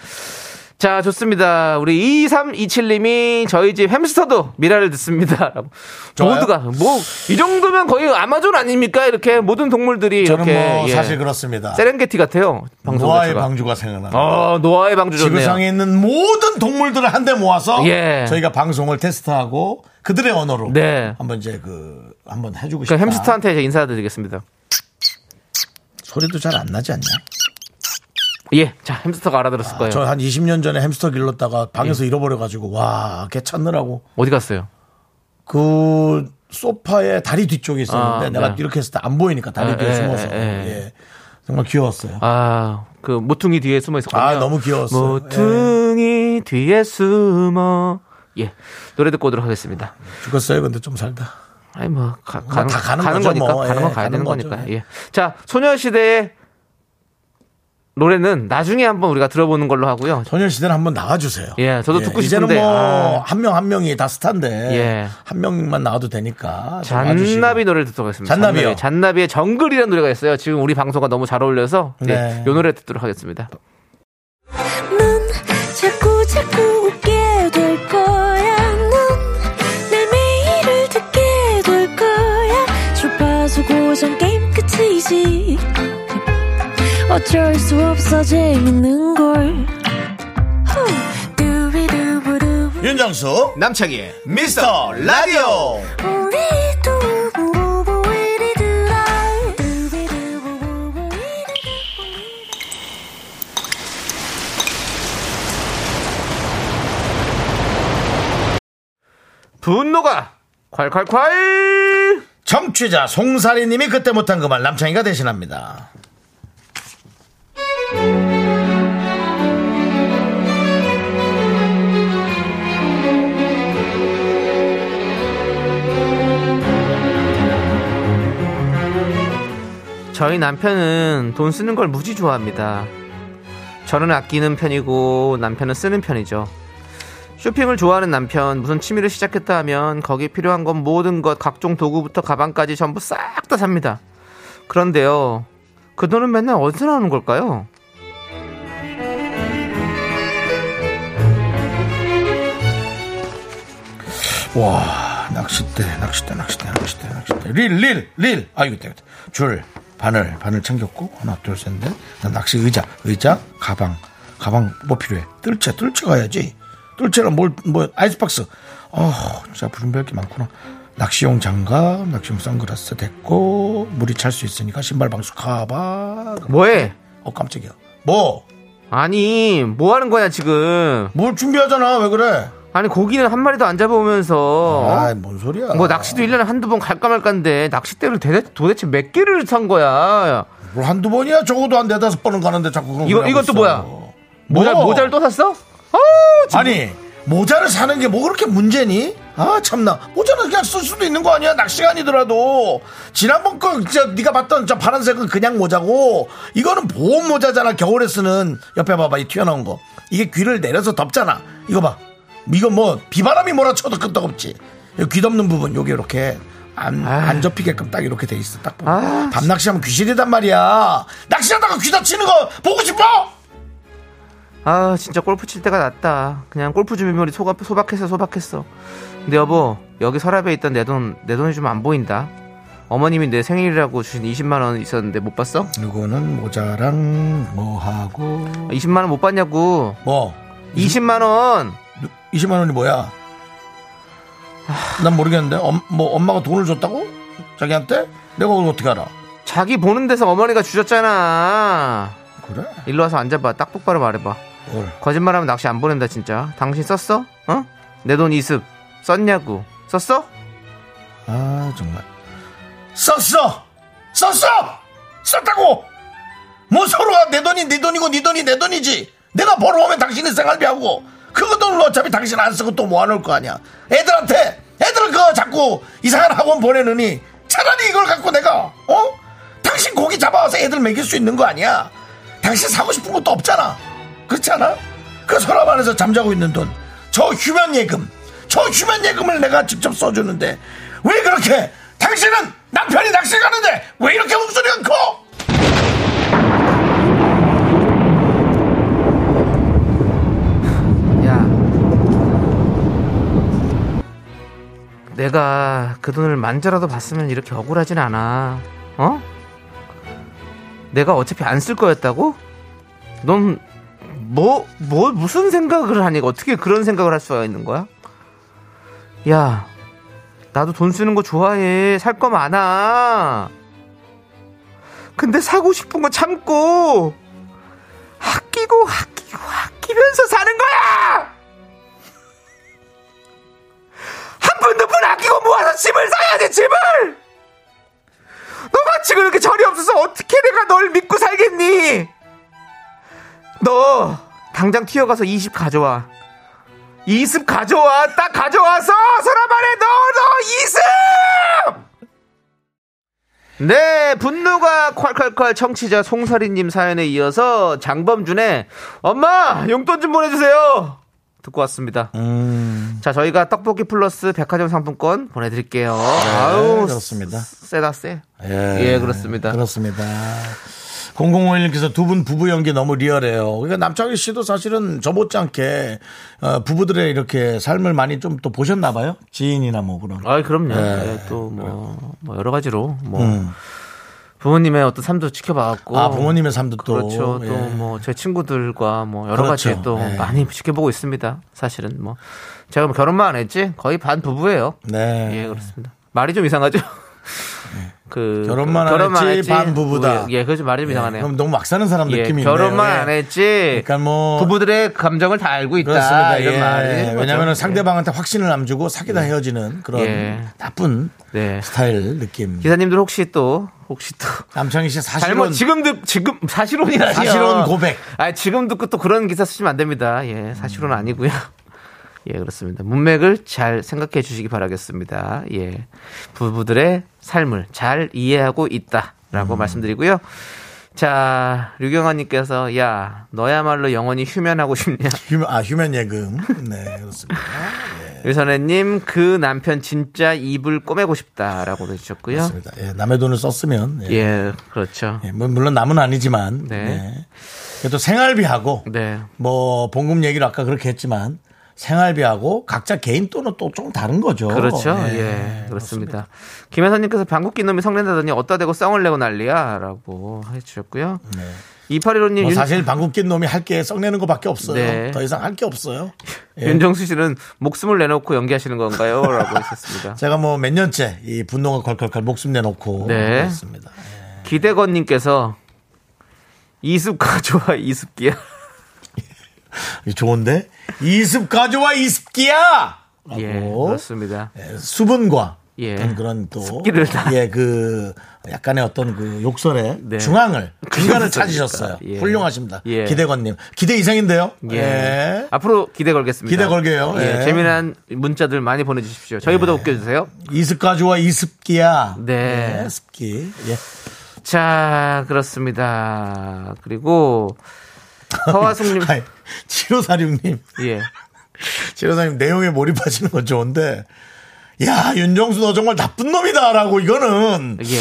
자, 좋습니다. 우리 2327님이 저희 집 햄스터도 미라를 듣습니다. [LAUGHS] 라고.
좋아요.
모두가, 뭐, 이 정도면 거의 아마존 아닙니까? 이렇게 모든 동물들이
저는
이렇게.
뭐
예.
사실 그렇습니다.
세렝게티 같아요. 방송
노아의
자체가.
방주가 생각나요.
어, 노아의 방주 좋네요.
지구상에 있는 모든 동물들을 한데 모아서
예.
저희가 방송을 테스트하고 그들의 언어로
네.
한번 이제 그 한번 해주고 싶다.
그러니까 햄스터한테 이제 인사드리겠습니다.
소리도 잘 안 나지 않냐?
예, 자, 햄스터가 알아들었을 거예요.
저 한 20년 전에 햄스터 길렀다가
예.
방에서 잃어버려가지고 와걔 찾느라고
어디 갔어요?
그 소파에 다리 뒤쪽에 있었는데
아,
내가
네. 아,
이렇게 했을 때 안 보이니까 다리
에,
뒤에
에,
숨어서
에, 에.
예. 정말 귀여웠어요.
아, 그 모퉁이 뒤에 숨어 있었거든요.
아, 너무 귀여웠어요.
뭐
예.
모퉁이 뒤에 숨어. 예, 노래 듣고 오도록 하겠습니다.
죽었어요. 근데 좀 살다.
아니 뭐 가, 가는,
다 가는
가는,
거죠,
거니까
뭐.
가는
예,
건 가야
가는
되는
거죠.
거니까. 예. 자, 소녀시대의 노래는 나중에 한번 우리가 들어보는 걸로 하고요.
소녀시대는 한번 나가주세요.
예, 저도 듣고
이제는
싶은데,
뭐 한
아.
명 한 명이 다 스타인데
예.
한 명만 나와도 되니까 좀 와주시고.
잔나비 노래를 듣도록 하겠습니다.
잔나비요?
잔나비, 의 정글이라는 노래가 있어요. 지금 우리 방송과 너무 잘 어울려서 예,
네.
이 노래 듣도록 하겠습니다.
넌 자꾸 자꾸 웃게 될 거야. 넌내 매일을 듣게 될 거야. 주파수 고정 게임 끝이지. 어쩔 수 없어 재밌는 걸. 후. 두비두부두부.
윤정수
남창희의
미스터 라디오
분노가 콸콸콸
정취자 송사리님이 그때 못한 그 말 남창희가 대신합니다.
저희 남편은 돈 쓰는 걸 무지 좋아합니다. 저는 아끼는 편이고 남편은 쓰는 편이죠. 쇼핑을 좋아하는 남편 무슨 취미를 시작했다 하면 거기에 필요한 건 모든 것 각종 도구부터 가방까지 전부 싹 다 삽니다. 그런데요. 그 돈은 맨날 어디서 나오는 걸까요?
와 낚싯대 낚싯대 낚싯대 낚싯대 낚싯대 릴릴릴 아이고 있다 있다 줄 바늘 바늘 챙겼고 하나 둘셋넷 낚시 의자 의자 가방 가방 뭐 필요해 뜰채 뜰채 가야지 뜰채랑 뭘뭐 아이스박스 아 진짜 부른별 게 많구나 낚시용 장갑 낚시용 선글라스 됐고 물이 찰 수 있으니까 신발 방수 가방
뭐해?
어 깜짝이야 뭐 뭘
아니, 뭐 하는 거야, 지금?
준비하잖아 왜 그래
아니, 고기는 한 마리도 안 잡아오면서.
아이 뭔 소리야
어? 뭐 낚시도 일년에 한두 번 갈까 말까인데 낚싯대를 대대- 도대체 몇 개를 산 거야?
뭘 한두 번이야 적어도 한 네다섯 번은 가는데 자꾸 그런
이거
소리 하고
이것도
있어.
뭐야? 모자
뭐?
모자를 또 샀어? 어, 진짜.
아니 모자를 사는 게 뭐 그렇게 문제니? 아 참나 모자는 그냥 쓸 수도 있는 거 아니야 낚시가 아니더라도 지난번 거 진짜 네가 봤던 저 파란색은 그냥 모자고 이거는 보온 모자잖아 겨울에 쓰는 옆에 봐봐 이 튀어나온 거 이게 귀를 내려서 덮잖아 이거 봐 이거 뭐 비바람이 몰아쳐도 끄떡없지 이귀 덮는 부분 요게 이렇게 안, 안 접히게끔 딱 이렇게 돼 있어 딱 보면 밤낚시하면 귀신이단 말이야 낚시하다가 귀 다치는 거 보고 싶어?
아 진짜 골프 칠 때가 낫다. 그냥 골프 준비물이 소가, 소박해서 소박했어. 근데 여보 여기 서랍에 있던 내 돈 내 돈이 좀 안 보인다. 어머님이 내 생일이라고 주신 20만 원 있었는데 못 봤어?
이거는 모자랑 뭐하고
20만 아, 원 못 봤냐고.
뭐
20만 원.
20만 원이 뭐야? 난 모르겠는데 엄, 뭐 엄마가 돈을 줬다고? 자기한테? 내가 그걸 어떻게 알아?
자기 보는 데서 어머니가 주셨잖아.
그래?
일로 와서 앉아봐. 딱 똑바로 말해봐.
뭘?
거짓말하면 낚시 안 보낸다 진짜. 당신 썼어? 어? 내 돈 이습 썼냐고. 썼어?
아 정말 썼어 썼어 썼다고 뭐 서로가 내 돈이 네 돈이고 네 돈이 내 돈이지 내가 벌어오면 당신이 생활비하고 그 돈을 어차피 당신 안 쓰고 또 모아놓을 거 아니야 애들한테 애들 그거 자꾸 이상한 학원 보내느니 차라리 이걸 갖고 내가 어 당신 고기 잡아와서 애들 먹일 수 있는 거 아니야 당신 사고 싶은 것도 없잖아 그렇지 않아 그 서랍 안에서 잠자고 있는 돈 저 휴면 예금 저 휴면 예금을 내가 직접 써주는데 왜 그렇게 당신은 남편이 낚시 가는데 왜 이렇게 목소리가 커?
야. 내가 그 돈을 만져라도 봤으면 이렇게 억울하진 않아. 어? 내가 어차피 안 쓸 거였다고? 넌, 뭐, 뭐, 무슨 생각을 하니? 어떻게 그런 생각을 할 수가 있는 거야? 야, 나도 돈 쓰는 거 좋아해. 살 거 많아. 근데 사고 싶은 거 참고, 아끼고, 아끼고, 아끼면서 사는 거야! 한 푼, 두 푼 아끼고 모아서 집을 사야 돼, 집을! 너같이 그렇게 절이 없어서 어떻게 내가 널 믿고 살겠니? 너, 당장 튀어가서 20 가져와. 20 가져와! 딱 가져와서! 서랍 안에 넣어, 넣어! 20! 네, 분노가 콸콸콸 청취자 송설이님 사연에 이어서 장범준의 엄마! 용돈 좀 보내주세요! 듣고 왔습니다.
음.
자, 저희가 떡볶이 플러스 백화점 상품권 보내드릴게요. 아우,
네, 그렇습니다.
세다, 세. 예, 그렇습니다.
그렇습니다. 0051님께서 두 분 부부 연기 너무 리얼해요. 그러니까 남창희 씨도 사실은 저 못지않게 어, 부부들의 이렇게 삶을 많이 좀 또 보셨나 봐요. 지인이나 뭐 그런.
네,
네.
아, 그럼요. 또 뭐, 뭐 여러 가지로 뭐 부모님의 어떤 삶도 지켜봐갖고
음. 아, 부모님의 삶도 또.
그렇죠.
예.
또 뭐 제 친구들과 뭐 여러
그렇죠.
가지 또
예.
많이 지켜보고 있습니다. 사실은 뭐 제가 뭐 결혼만 안 했지 거의 반 부부예요.
네.
예 그렇습니다. 말이 좀 이상하죠. [LAUGHS] 그
결혼만 안 했지, 반 부부다.
예, 그좀 말이 좀
예,
이상하네요.
그럼 너무 막 사는 사람
예,
느낌이
결혼만
있네요.
안 했지.
그러니까 뭐
부부들의 감정을 다 알고 있다.
그렇습니다.
아, 이런
예.
말이.
왜냐하면
거죠.
상대방한테 확신을 안 주고 사귀다 헤어지는 그런
예.
나쁜
네.
스타일 느낌.
기사님들 혹시 또 혹시 또
남창희 씨 사실은
잘못 지금 듣 지금 사실혼이라니요.
사실혼 고백.
아 지금 듣고 또 그런 기사 쓰시면 안 됩니다. 예 사실혼 아니고요. 예 그렇습니다. 문맥을 잘 생각해 주시기 바라겠습니다. 예 부부들의 삶을 잘 이해하고
음.
있다라고 말씀드리고요. 자 류경아님께서 야 너야말로 영원히 휴면하고 싶냐.
휴면, 아 휴면 예금. 네 그렇습니다. 예.
유선혜님 그 남편 진짜 입을 꼬매고 싶다라고 해주셨고요.
그렇습니다. 예, 남의 돈을 썼으면 예.
예 그렇죠.
예, 뭐 물론 남은 아니지만
네.
예. 그래도 생활비하고
네.
뭐 봉급 얘기를 아까 그렇게 했지만 생활비하고 각자 개인 돈은 또 좀 다른 거죠.
그렇죠.
예.
예, 그렇습니다. 김혜선님께서 방귀낀 놈이 성낸다더니 어디다 대고 썽을 내고 난리야라고 해주셨고요. 이팔일호님
뭐
윤,
사실 방귀 낀 놈이 할 게 썩내는 것밖에 없어요.
네.
더 이상 할 게 없어요. 예.
윤정수 씨는 목숨을 내놓고 연기하시는 건가요?라고 [LAUGHS] 했었습니다.
제가 뭐 몇 년째 이 분노가 걸컬컬 목숨 내놓고
네.
그렇습니다. 예.
기대건님께서 [LAUGHS] 이습가 좋아 이습기야.
이거 예. 좋은데 이습 가져와 이습기야. 라고
예, 그렇습니다.
예, 수분과
예.
어떤 그런 또
습기를 다.
예, 그 약간의 어떤 그 욕설의
네.
중앙을 중간을
그렇습니까?
찾으셨어요.
예.
훌륭하십니다.
예.
기대건님 기대 이상인데요.
예.
예.
앞으로 기대 걸겠습니다.
기대 걸게요.
예,
예.
재미난 문자들 많이 보내주십시오. 저희보다 웃겨주세요.
이습 가져와 이습기야.
네.
예, 습기. 예.
자, 그렇습니다.
[LAUGHS]
그리고 허화숙님,
아이, 7546님,
예.
7546님 내용에 몰입하시는 건 좋은데, 야, 윤정수 너 정말 나쁜 놈이다. 라고 이거는,
예.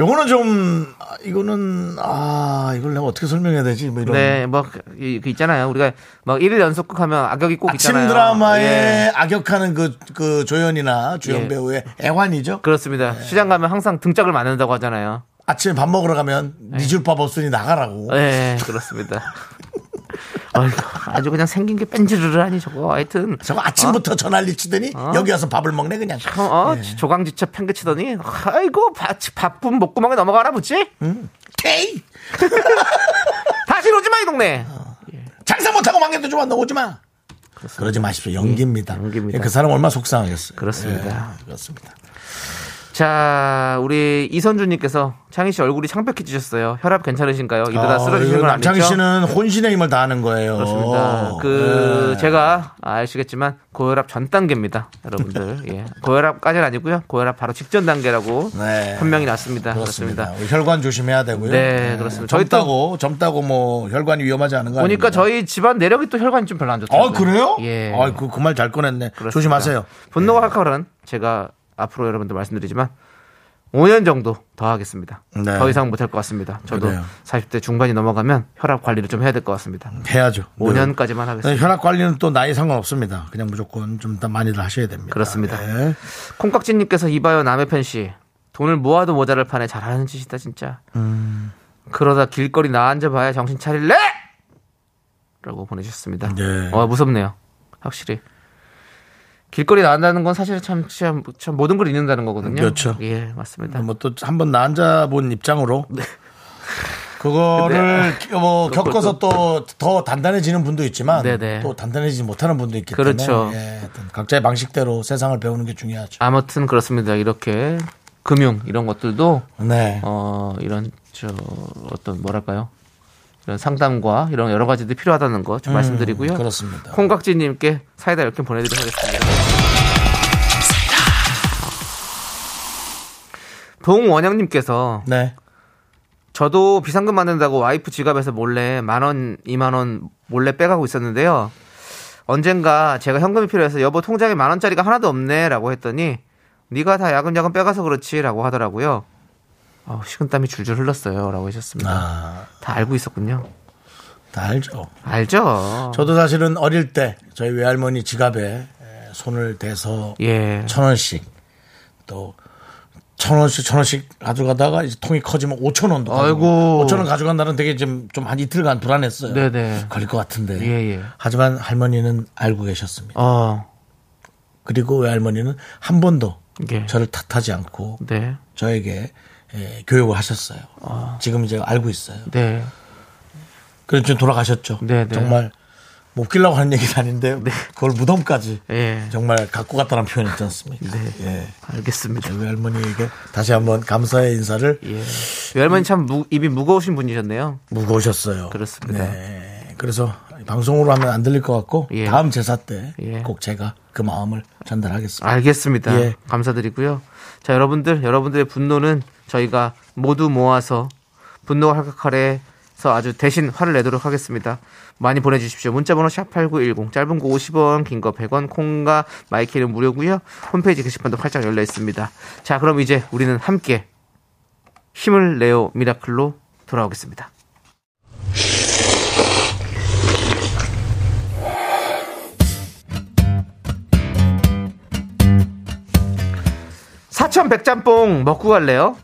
요거는 좀, 아, 이거는, 아, 이걸 내가 어떻게 설명해야 되지? 뭐 이런.
네, 뭐, 그, 이- 그 있잖아요. 우리가 막 1일 연속 하면 악역이 꼭
아침
있잖아요.
드라마에
예.
악역하는 그, 그 조연이나 주연
예.
배우의 애환이죠.
그렇습니다. 시장 가면 항상 등짝을 맞는다고 하잖아요.
아침에 밥 먹으러 가면 니줄밥 없으니 나가라고.
예, 그렇습니다. [LAUGHS] 아이고, 아주 그냥 생긴 게 뺀지르르하니 저거. 하여튼.
저거 아침부터 전화를 치더니 여기 와서 밥을 먹네 그냥.
어, 어,
예.
조강지처 팽개치더니, 아이고, 바, 바쁜 목구멍에 넘어가나 보지?
케이
다시 오지 마, 이 동네!
장사 못하고 망해도 좋아 너 오지 마. 그러지 마십시오. 연기입니다.
연기입니다.
예, 그 사람 얼마나 속상하겠어요.
그렇습니다.
예, 그렇습니다.
자, 우리 이선주님께서 창희 씨 얼굴이 창백해지셨어요. 혈압 괜찮으신가요? 이러다
어,
쓰러지시는
이거
건 아니죠?
남창희 씨는 혼신의 힘을 다하는 거예요.
그렇습니다. 그
예.
제가 아시겠지만 고혈압 전 단계입니다,
[LAUGHS]
여러분들. 예. 고혈압까지는 아니고요. 고혈압 바로 직전 단계라고
네.
판명이 났습니다.
그렇습니다.
그렇습니다.
우리 혈관 조심해야 되고요.
네, 그렇습니다. 저희 또-
젊다고 젊다고 뭐 혈관이 위험하지 않은 거
보니까
아닙니까?
저희 집안 내력이 또 혈관이 좀 별로 안 좋더라고요.
아 그래요?
예.
아 그 그 말 잘 꺼냈네.
그렇습니다.
조심하세요. 예.
분노가 칼칼한 제가 앞으로 여러분들 말씀드리지만 5년 정도 더 하겠습니다.
네.
더 이상 못할 것 같습니다. 저도
그래요.
40대 중반이 넘어가면 혈압 관리를 좀 해야 될 것 같습니다.
해야죠.
5년까지만
네.
하겠습니다.
혈압 관리는 또 나이 상관없습니다. 그냥 무조건 좀 더 많이들 하셔야 됩니다.
그렇습니다.
네.
콩깍지님께서 이봐요 남의 편씨 돈을 모아도 모자랄 판에 잘하는 짓이다 진짜 그러다 길거리 나앉아봐야 정신 차릴래 라고 보내주셨습니다
네.
와 무섭네요 확실히 길거리 나앉는 건 사실 참, 참, 참 모든 걸 잃는다는 거거든요
그렇죠.
예 맞습니다
뭐또 한 번 나 앉아본 입장으로
네.
그거를 뭐 겪어서 또 더 단단해지는 분도 있지만
네네.
또 단단해지지 못하는 분도 있기
그렇죠.
때문에 예, 어떤 각자의 방식대로 세상을 배우는 게 중요하죠.
아무튼 그렇습니다 이렇게 금융 이런 것들도
네.
어 이런 저 어떤 뭐랄까요 이런 상담과 이런 여러 가지들이 필요하다는 거 좀 말씀드리고요.
음, 그렇습니다.
콩깍지님께 사이다 이렇게 보내드리겠습니다. 동원영님께서
네.
저도 비상금 받는다고 와이프 지갑에서 몰래 만 원, 이만 원 몰래 빼가고 있었는데요. 언젠가 제가 현금이 필요해서 여보 통장에 만 원짜리가 하나도 없네라고 했더니 네가 다 야금야금 빼가서 그렇지라고 하더라고요. 어, 식은땀이 줄줄 흘렀어요라고 하셨습니다.
아,
다 알고 있었군요.
다 알죠.
알죠.
저도 사실은 어릴 때 저희 외할머니 지갑에 에, 손을 대서
예.
천 원씩 또 천 원씩 천 원씩 가져가다가 이제 통이 커지면 오천 원도
아이고.
오천 원 가져간다는 되게 좀 좀 한 이틀간 불안했어요.
네네.
걸릴 것 같은데.
예, 예.
하지만 할머니는 알고 계셨습니다.
어,
그리고 외할머니는 한 번도
예.
저를 탓하지 않고
네,
저에게 예, 교육을 하셨어요.
아.
지금 이제 알고 있어요.
네,
그래서 좀 돌아가셨죠.
네, 네.
정말 못 길라고 하는 얘기는 아닌데 그걸 무덤까지
예. 네.
정말 갖고 갔다는 표현이 있지 않습니까? 예.
알겠습니다.
저희 할머니에게 다시 한번 감사의 인사를
예. 외할머니 참 무, 입이 무거우신 분이셨네요.
무거우셨어요.
그렇습니다.
네. 그래서 방송으로 하면 안 들릴 것 같고
예.
다음 제사 때 꼭
예.
제가 그 마음을 전달하겠습니다.
알겠습니다.
예.
감사드리고요. 자, 여러분들, 여러분들의 분노는 저희가 모두 모아서 분노 할카칼에서 아주 대신 화를 내도록 하겠습니다. 많이 보내주십시오. 문자번호 샵8910, 짧은 거 50원, 긴 거 100원, 콩과 마이키는 무료고요. 홈페이지 게시판도 활짝 열려 있습니다. 자, 그럼 이제 우리는 함께 힘을 내요 미라클로 돌아오겠습니다. 사천 백짬뽕 먹고 갈래요?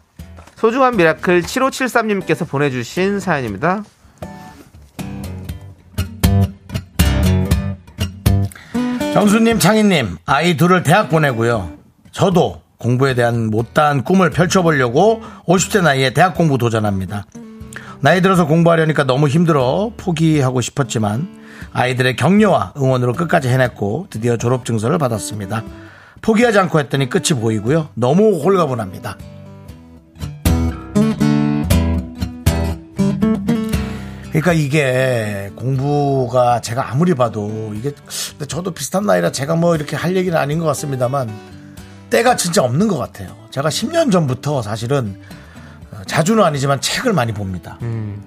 소중한 미라클 7573님께서 보내주신 사연입니다.
정수님, 창희님, 아이 둘을 대학 보내고요. 저도 공부에 대한 못다한 꿈을 펼쳐보려고 50대 나이에 대학 공부 도전합니다. 나이 들어서 공부하려니까 너무 힘들어 포기하고 싶었지만 아이들의 격려와 응원으로 끝까지 해냈고 드디어 졸업 증서를 받았습니다. 포기하지 않고 했더니 끝이 보이고요. 너무 홀가분합니다. 그러니까 이게 공부가 제가 아무리 봐도 이게 근데 저도 비슷한 나이라 제가 뭐 이렇게 할 얘기는 아닌 것 같습니다만 때가 진짜 없는 것 같아요. 제가 10년 전부터 사실은 어, 자주는 아니지만 책을 많이 봅니다.
음.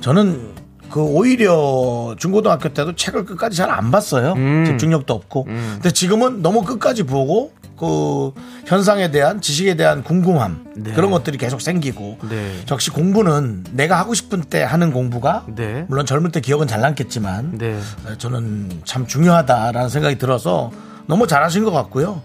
저는 그 오히려 중고등학교 때도 책을 끝까지 잘 안 봤어요.
음.
집중력도 없고. 근데 지금은 너무 끝까지 보고 그 현상에 대한 지식에 대한 궁금함
네.
그런 것들이 계속 생기고
네.
역시 공부는 내가 하고 싶은 때 하는 공부가
네.
물론 젊을 때 기억은 잘 남겠지만
네.
어, 저는 참 중요하다라는 생각이 들어서 너무 잘하신 것 같고요.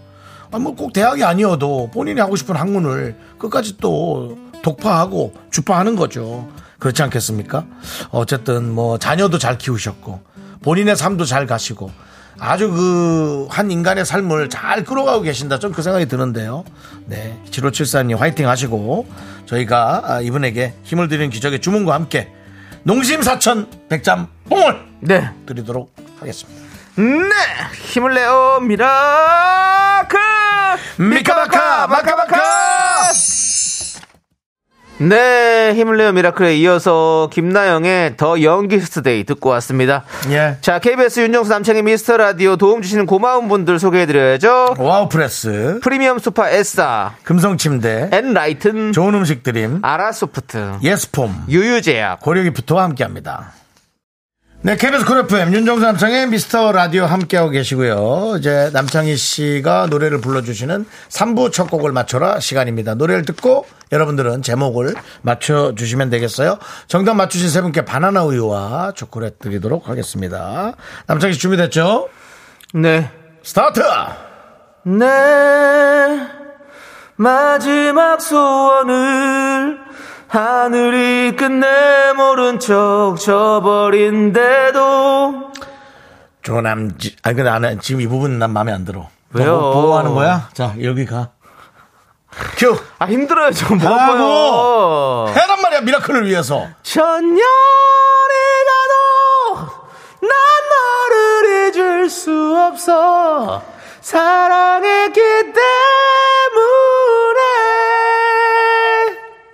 아, 뭐 꼭 대학이 아니어도 본인이 하고 싶은 학문을 끝까지 또 독파하고 주파하는 거죠. 그렇지 않겠습니까? 어쨌든 뭐 자녀도 잘 키우셨고 본인의 삶도 잘 가시고 아주 그 한 인간의 삶을 잘 끌어가고 계신다. 좀 그 생각이 드는데요. 네. 7574님 화이팅 하시고 저희가 아, 이분에게 힘을 드리는 기적의 주문과 함께 농심사천 백짬 뽕을
네.
드리도록 하겠습니다.
네! 힘을 내요 미라클!
미카마카 마카마카
네, 힘을 내요 미라클에 이어서 김나영의 더 연기스트 데이 듣고 왔습니다.
예.
자, KBS 윤정수 남창의 미스터 라디오 도움 주시는 고마운 분들 소개해드려야죠.
와우 프레스
프리미엄 소파 에싸,
금성 침대
엔라이튼,
좋은 음식 드림
아라소프트,
예스폼
유유제약,
고려기프트와 함께합니다. 네, KBS 쿨 FM 윤정수 남창의 미스터 라디오 함께하고 계시고요. 이제 남창희 씨가 노래를 불러주시는 3부 첫 곡을 맞춰라 시간입니다. 노래를 듣고 여러분들은 제목을 맞춰주시면 되겠어요. 정답 맞추신 세 분께 바나나 우유와 초콜릿 드리도록 하겠습니다. 남창희 씨 준비됐죠?
네.
스타트!
내 마지막 소원을 하늘이 끝내 모른 척 져버린데도
조남지. 아니, 근데 안, 지금 이 부분 난 마음에 안 들어.
왜요?
너 뭐, 보호하는 거야? 자, 여기 가. 큐!
아 힘들어요 좀
가라고!
먹어요
해란 말이야, 미라클을 위해서.
천년이 가도 난 너를 잊을 수 없어 사랑했기 때문에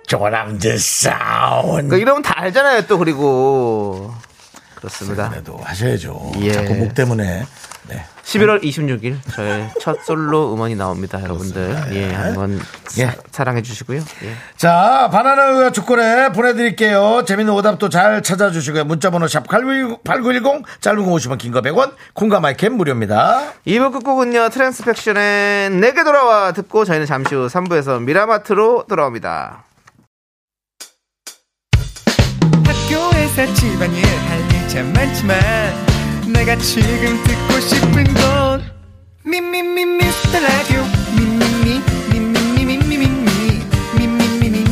조남지 사운.
그러니까 이러면 다 알잖아요 또 그리고 그렇습니다
그래도 하셔야죠.
예.
자꾸 목 때문에. 네.
11월 26일 저의 첫 솔로 음원이 나옵니다, 여러분들. 예, 한번
예.
사- 사랑해 주시고요. 예.
자, 바나나 우유와 초콜릿 보내드릴게요. 재밌는 오답도 잘 찾아주시고요. 문자번호 샵8910, 짧은 거 50원, 긴 거 100원, 콩과 마이캠 무료입니다.
2부 끝곡은요, 트랜스팩션의 내게 돌아와 듣고 저희는 잠시 후 3부에서 미라마트로 돌아옵니다.
학교에서 집안일 할 일 참 많지만 내가 지금 듣고 싶은 건 미미미 미스터 라디오 미미미 미미미 미미미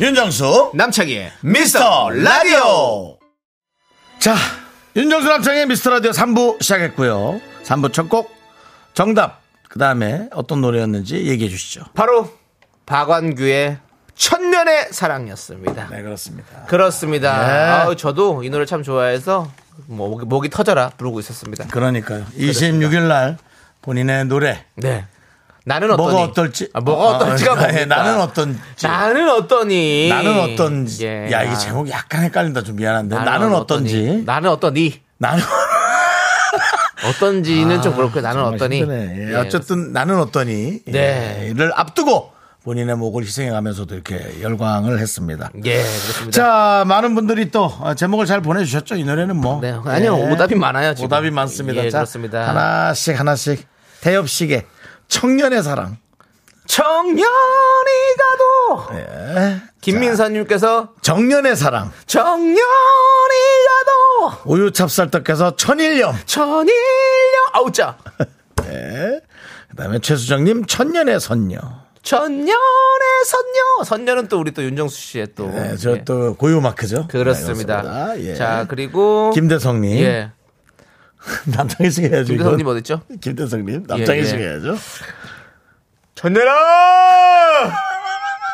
윤정수
남창희의
미스터 라디오
자, 윤정수 남창의 미스터 라디오 3부 시작했고요. 3부 첫 곡, 정답. 그 다음에 어떤 노래였는지 얘기해 주시죠.
바로 박완규의 천년의 사랑이었습니다. 예.
네, 그렇습니다.
그렇습니다.
네.
아우, 저도 이 노래 참 좋아해서 뭐 목이, 목이 터져라 부르고 있었습니다.
그러니까요. 26일 날 본인의 노래.
네. 나는 어떠니?
뭐가 어떨지.
아, 뭐가 어떨지가
아,
뭡니까?
예, 나는 어떤지.
나는 어떠니?
나는 어떤지.
예,
야, 이게
나-
제목이 약간 헷갈린다. 좀 미안한데. 어, 나는, 어떤지.
나는 어떠니?
나는.
어떤지는 좀 그렇고 나는
아, 정말
어떠니?
힘드네. 예,
예,
어쨌든 나는 어떠니.
네.
예, 를 앞두고 본인의 목을 희생해가면서도 이렇게 열광을 했습니다.
예, 그렇습니다.
자, 많은 분들이 또 어, 제목을 잘 보내주셨죠. 이 노래는 뭐.
네, 아니요. 오답이 많아요, 지금.
오답이 많습니다.
예,
자,
그렇습니다.
하나씩 하나씩 태엽식의 청년의 사랑.
청년이 가도 김민사님께서
정년의 사랑.
청년이 가도
우유 찹쌀떡께서 천일염.
천일년 아우짜
그다음에 최수정님 천년의 선녀.
천년의 선녀 선녀는 또 우리 또 윤정수 씨의 또
네,
예.
저또 고유 마크죠.
그렇습니다.
네, 그렇습니다. 예.
자 그리고
김대성님
예
[LAUGHS] 남창희 씨 해야죠.
김대성님
이건.
어딨죠?
김대성님 남창희
예,
씨
예.
해야죠.
천년아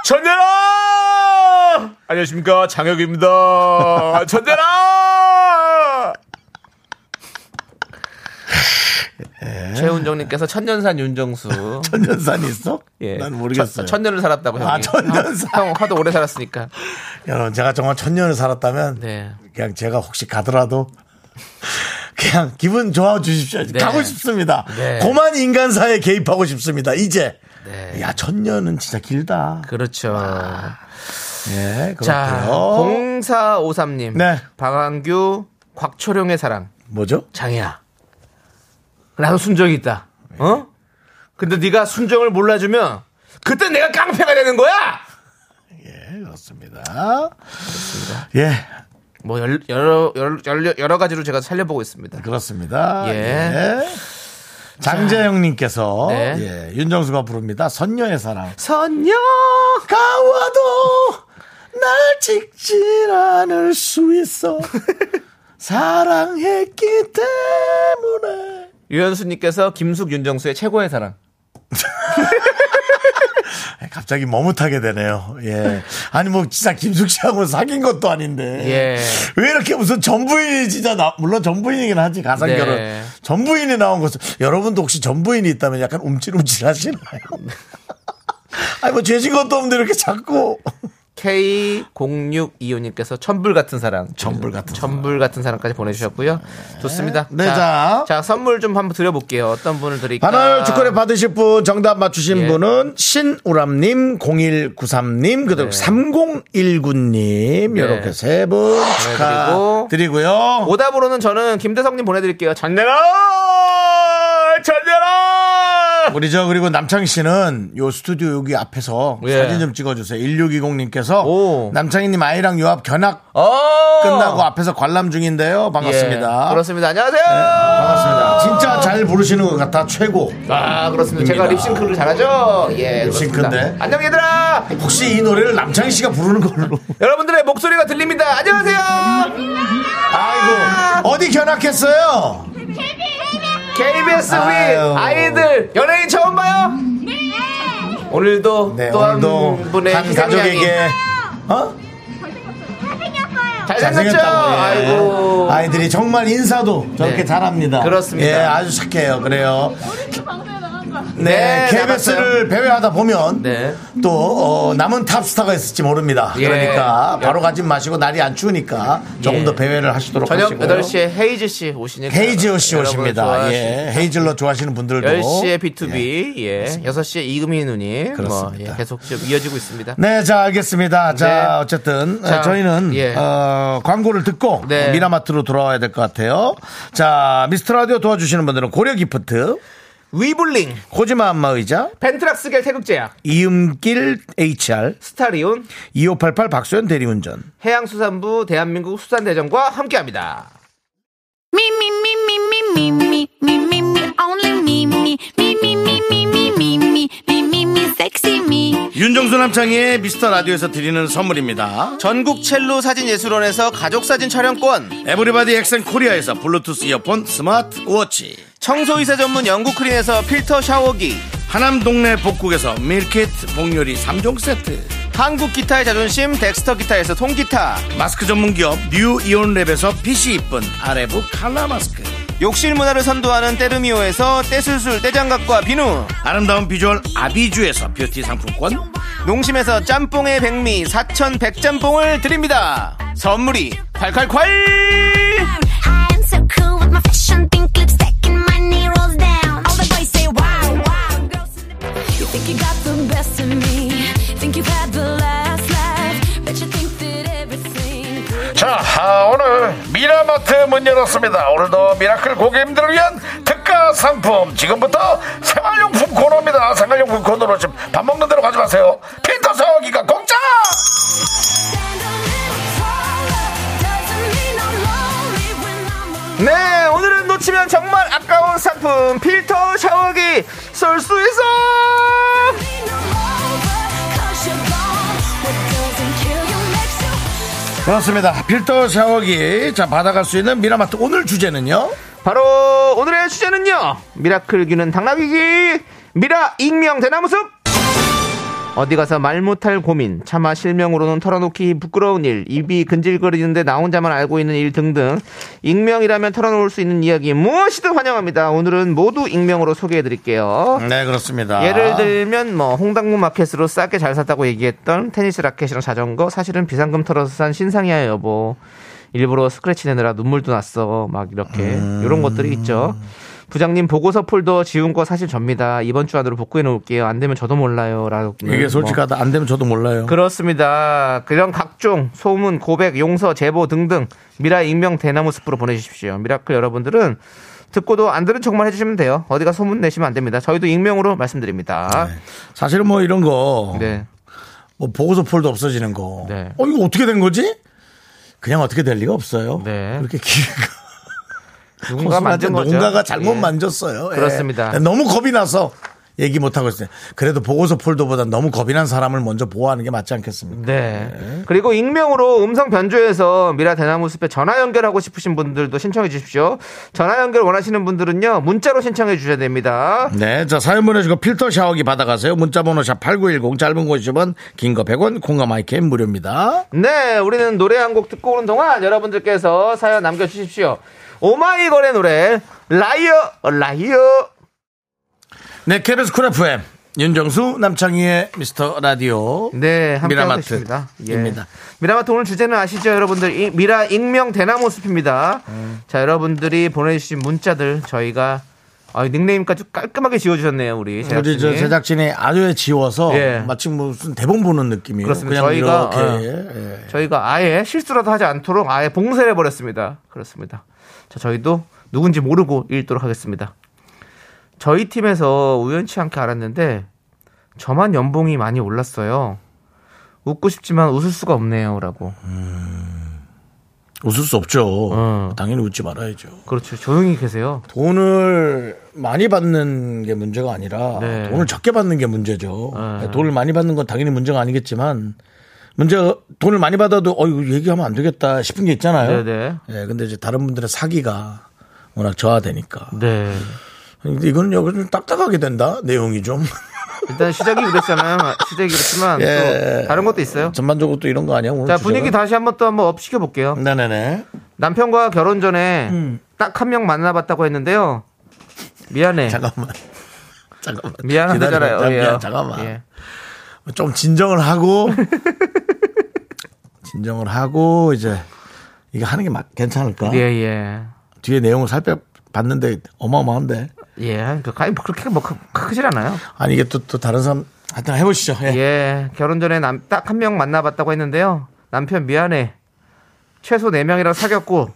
천년아 안녕하십니까 장혁입니다 천년아 최훈정님께서 천년산 윤정수
천년산 있어?
[LAUGHS] 예.
난 모르겠어요.
천- 천년을 살았다고 형이.
아, 천년산.
형, 형 하도 오래 살았으니까.
여러분 제가 정말 천년을 살았다면
네.
그냥 제가 혹시 가더라도 [LAUGHS] 그냥 기분 좋아 주십시오. 가고 싶습니다.
네.
고만 인간사에 개입하고 싶습니다. 이제
네.
야 천년은 진짜 길다.
그렇죠.
예,
자,
그렇고요.
0453님.
네.
박한규, 곽초룡의 사랑.
뭐죠?
장이야. 나도 순정이 있다. 어? 근데 네가 순정을 몰라주면 그때 내가 깡패가 되는 거야!
예, 그렇습니다. 예,
뭐 열, 여러, 열- 열- 여러, 가지로 제가 살려보고 있습니다.
그렇습니다.
예.
예. 장재영님께서
네.
예, 윤정수가 부릅니다. 선녀의 사랑.
선녀!
가와도 날 찍질 않을 수 [LAUGHS] 있어. 사랑했기 때문에.
유현수님께서 김숙, 윤정수의 최고의 사랑.
갑자기 머뭇하게 되네요. 예. 아니, 뭐, 진짜 김숙 씨하고 사귄 것도 아닌데.
예.
왜 이렇게 무슨 전부인이 진짜, 나, 물론 전부인이긴 하지, 가상결혼.
네.
전부인이 나온 것은, 여러분도 혹시 전부인이 있다면 약간 움찔움찔 [LAUGHS] 하시나요? 아니, 뭐, 죄진 것도 없는데 이렇게 자꾸.
K0625님께서 천불 같은 사랑.
천불 같은
천불 같은 사랑까지 보내주셨고요. 좋습니다.
네, 자.
자, 선물 좀 한번 드려볼게요. 어떤 분을 드릴까?
반월 축하를 받으실 분 정답 맞추신
아. 예.
분은 신우람님, 0193님,
네.
그리고 3019님 이렇게 세 분 축하드리고요.
오답으로는 저는 김대성님 보내드릴게요. 전대라! 전대라!
우리 저 그리고 남창희 씨는 요 스튜디오 여기 앞에서
예.
사진 좀 찍어주세요. 1620님께서
오.
남창희님 아이랑 요앞 견학
어!
끝나고 앞에서 관람 중인데요. 반갑습니다. 네,
예, 그렇습니다. 안녕하세요!
반갑습니다. 진짜 잘 부르시는 것 같아 최고.
아, 그렇습니다. 제가 립싱크를 잘하죠? 예. 그렇습니다.
립싱크인데?
안녕, 얘들아!
혹시 이 노래를 남창희 씨가 부르는
[LAUGHS]
걸로?
여러분들의 목소리가 들립니다. 안녕하세요!
아이고 어디 견학했어요?
KBS
아유.
위 아이들 연예인 처음 봐요? 오늘도
네,
또 한
오늘도
분의
한
희생양이
가족에게 어?
잘생겼죠?
잘생겼다고 예.
아이고
아이들이 정말 인사도 저렇게
네.
잘합니다.
그렇습니다.
예, 아주 착해요. 그래요.
네,
네,
나갔어요.
KBS를 배회하다 보면
네.
또 어, 남은 탑스타가 있을지 모릅니다.
예.
그러니까 바로 가지 마시고 날이 안 추우니까 조금
예.
더 배회를 하시도록
저녁
하시고요.
8시에 헤이즈 씨 오시니까
어, 헤이지오 씨
여러분
오십니다.
좋아하시-
예, 헤이즐넛 좋아하시는 분들도
10시에 B2B, 예. 6시에 이금희 누님, 뭐,
그렇습니다.
예, 계속 좀 이어지고 있습니다.
네, 자, 알겠습니다. 자, 어쨌든 네,
자,
저희는
예.
어, 광고를 듣고
네.
미라마트로 돌아와야 될 것 같아요. 자, 미스트 라디오 도와주시는 분들은 고려 기프트,
위블링,
코지마 안마 의자,
펜트락스겔 태극제약,
이음길 HR,
스타리온,
2588 박소연 대리운전.
해양수산부 대한민국 수산대전과 함께합니다.
Me, me, me, me, me, me, me, me, me, me, only me, me, me, me, me, me, me, me, me, me, me, me, sexy me.
윤정수 남창희의 미스터 라디오에서 드리는 선물입니다.
전국 첼로 사진 예술원에서 가족 사진 촬영권,
에브리바디 엑센 코리아에서 블루투스 이어폰 스마트 워치.
청소이사 전문 영국 크린에서 필터 샤워기,
하남 동네 복국에서 밀키트 복요리 3종 세트.
한국 기타의 자존심 덱스터 기타에서 통기타,
마스크 전문 기업 뉴 이온랩에서 핏이 이쁜 아레브 칼라 마스크.
욕실 문화를 선도하는 때르미오에서 떼술술 떼장갑과 비누,
아름다운 비주얼 아비주에서 뷰티 상품권.
농심에서 짬뽕의 백미 사천 백짬뽕을 드립니다. 선물이 콸콸콸!
I am so cool with my fashion pink lipstick and my knee rolls down. All the boys say wow, wow. Girls in the- You think you got the best of me? Think you've had the last laugh? Bet you think that everything.
자, 아, 오늘 미라마트 문 열었습니다. 오늘도 미라클 고객님들을 위한 특가 상품. 지금부터 생활용품 코너입니다. 생활용품 코너로 지금 밥 먹는 대로 가지 마세요. 필터 샤워기가 공짜!
Stand a little taller. Doesn't mean I'm lonely when I'm alone.
네, 오늘은 놓치면 정말 아까운 상품 필터 샤워기 쏠 수 있어.
Ain't no over, 'cause you're gone. What doesn't kill you makes you.
그렇습니다. 필터 샤워기. 자, 받아갈 수 있는 미라마트 오늘 주제는요?
바로 오늘의 주제는요. 미라클 귀는 당나귀기 미라 익명 대나무숲. 어디 가서 말 못할 고민, 차마 실명으로는 털어놓기 부끄러운 일, 입이 근질거리는데 나 혼자만 알고 있는 일 등등 익명이라면 털어놓을 수 있는 이야기 무엇이든 환영합니다. 오늘은 모두 익명으로 소개해드릴게요.
네, 그렇습니다.
예를 들면 뭐 홍당무 마켓으로 싸게 잘 샀다고 얘기했던 테니스 라켓이랑 자전거 사실은 비상금 털어서 산 신상이야 여보 일부러 스크래치 내느라 눈물도 났어 막 이렇게
음.
이런 것들이 있죠 부장님 보고서 폴더 지운 거 사실 접니다 이번 주 안으로 복구해 놓을게요 안 되면 저도 몰라요 라고 뭐.
이게 솔직하다. 안 되면 저도 몰라요.
그 그렇습니다. 그런 각종 소문, 고백, 용서, 제보 등등 미라 익명 대나무 숲으로 보내주십시오. 미라클 여러분들은 듣고도 안 들은 척만 해주시면 돼요. 어디가 소문 내시면 안 됩니다. 저희도 익명으로 말씀드립니다.
사실은 뭐 이런 거.
네.
뭐 보고서 폴도 없어지는 거.
네.
어, 이거 어떻게 된 거지? 그냥 어떻게 될 리가 없어요.
네.
그렇게 기가 [LAUGHS]
누군가 만든 거죠.
누군가가 잘못
예.
만졌어요. 예.
그렇습니다.
너무 겁이 나서 얘기 못 하고 있어요. 그래도 보고서 폴더보다 너무 겁이 난 사람을 먼저 보호하는 게 맞지 않겠습니까?
네. 그리고 익명으로 음성 변조해서 미라 대나무 숲에 전화 연결하고 싶으신 분들도 신청해 주십시오. 전화 연결 원하시는 분들은요. 문자로 신청해 주셔야 됩니다.
네, 자 사연 보내주고 필터 샤워기 받아가세요. 문자번호 샵 #8910 짧은 거 50원, 긴 거 100원, 콩과 마이크 무료입니다.
네, 우리는 노래 한 곡 듣고 오는 동안 여러분들께서 사연 남겨주십시오. 오마이걸의 노래, 라이어, 라이어.
네, KBS 쿨 FM 윤정수 남창희의 미스터 라디오.
네, 함께하고 계십니다. 예.
미라마트입니다.
미라마트 오늘 주제는 아시죠, 여러분들? 이 미라 익명 대나무 숲입니다. 자, 여러분들이 보내주신 문자들 저희가 아, 닉네임까지 깔끔하게 지어주셨네요, 우리 제작진이.
우리 저 제작진이 아주 지워서
예.
마침 무슨 대본 보는 느낌이에요.
그렇습니다.
그냥
저희가, 어.
이렇게 예.
저희가 아예 실수라도 하지 않도록 아예 봉쇄를 해버렸습니다. 그렇습니다. 자, 저희도 누군지 모르고 읽도록 하겠습니다. 저희 팀에서 우연치 않게 알았는데 저만 연봉이 많이 올랐어요. 웃고 싶지만 웃을 수가 없네요. 라고.
웃을 수 없죠.
어.
당연히 웃지 말아야죠.
그렇죠. 조용히 계세요.
돈을 많이 받는 게 문제가 아니라
네.
돈을 적게 받는 게 문제죠. 예,
네.
돈을 많이 받는 건 당연히 문제가 아니겠지만 문제가 돈을 많이 받아도 어 이거 얘기하면 안 되겠다 싶은 게 있잖아요.
네네.
예, 근데 이제 다른 분들의 사기가 워낙 저하되니까.
네.
근데 이거는 여기 좀 딱딱하게 된다 내용이 좀 [LAUGHS]
일단 시작이 그랬잖아요. 시작이 그랬지만
예.
또 다른 것도 있어요.
전반적으로 음. 또 이런 거 아니야 오늘
자,
주제가?
분위기 다시 한번 또 한번 업 시켜볼게요.
네네네.
남편과 결혼 전에 딱 한 명 만나봤다고 했는데요. 미안해.
잠깐만. 잠깐만.
예. 미안하잖아요.
기다려.
예.
미안, 잠깐만.
예.
좀 진정을 하고 [LAUGHS] 진정을 하고 이제 이거 하는 게 마- 괜찮을까?
예, 예.
뒤에 내용을 살펴봤는데 어마어마한데
예, 그, 아니, 뭐 그렇게 뭐 크, 크질 않아요.
아니 이게 또 또 다른 사람 하여튼 해보시죠. 예.
예, 결혼 전에 남, 딱 한 명 만나봤다고 했는데요. 남편 미안해. 최소 4명이랑 사귀었고,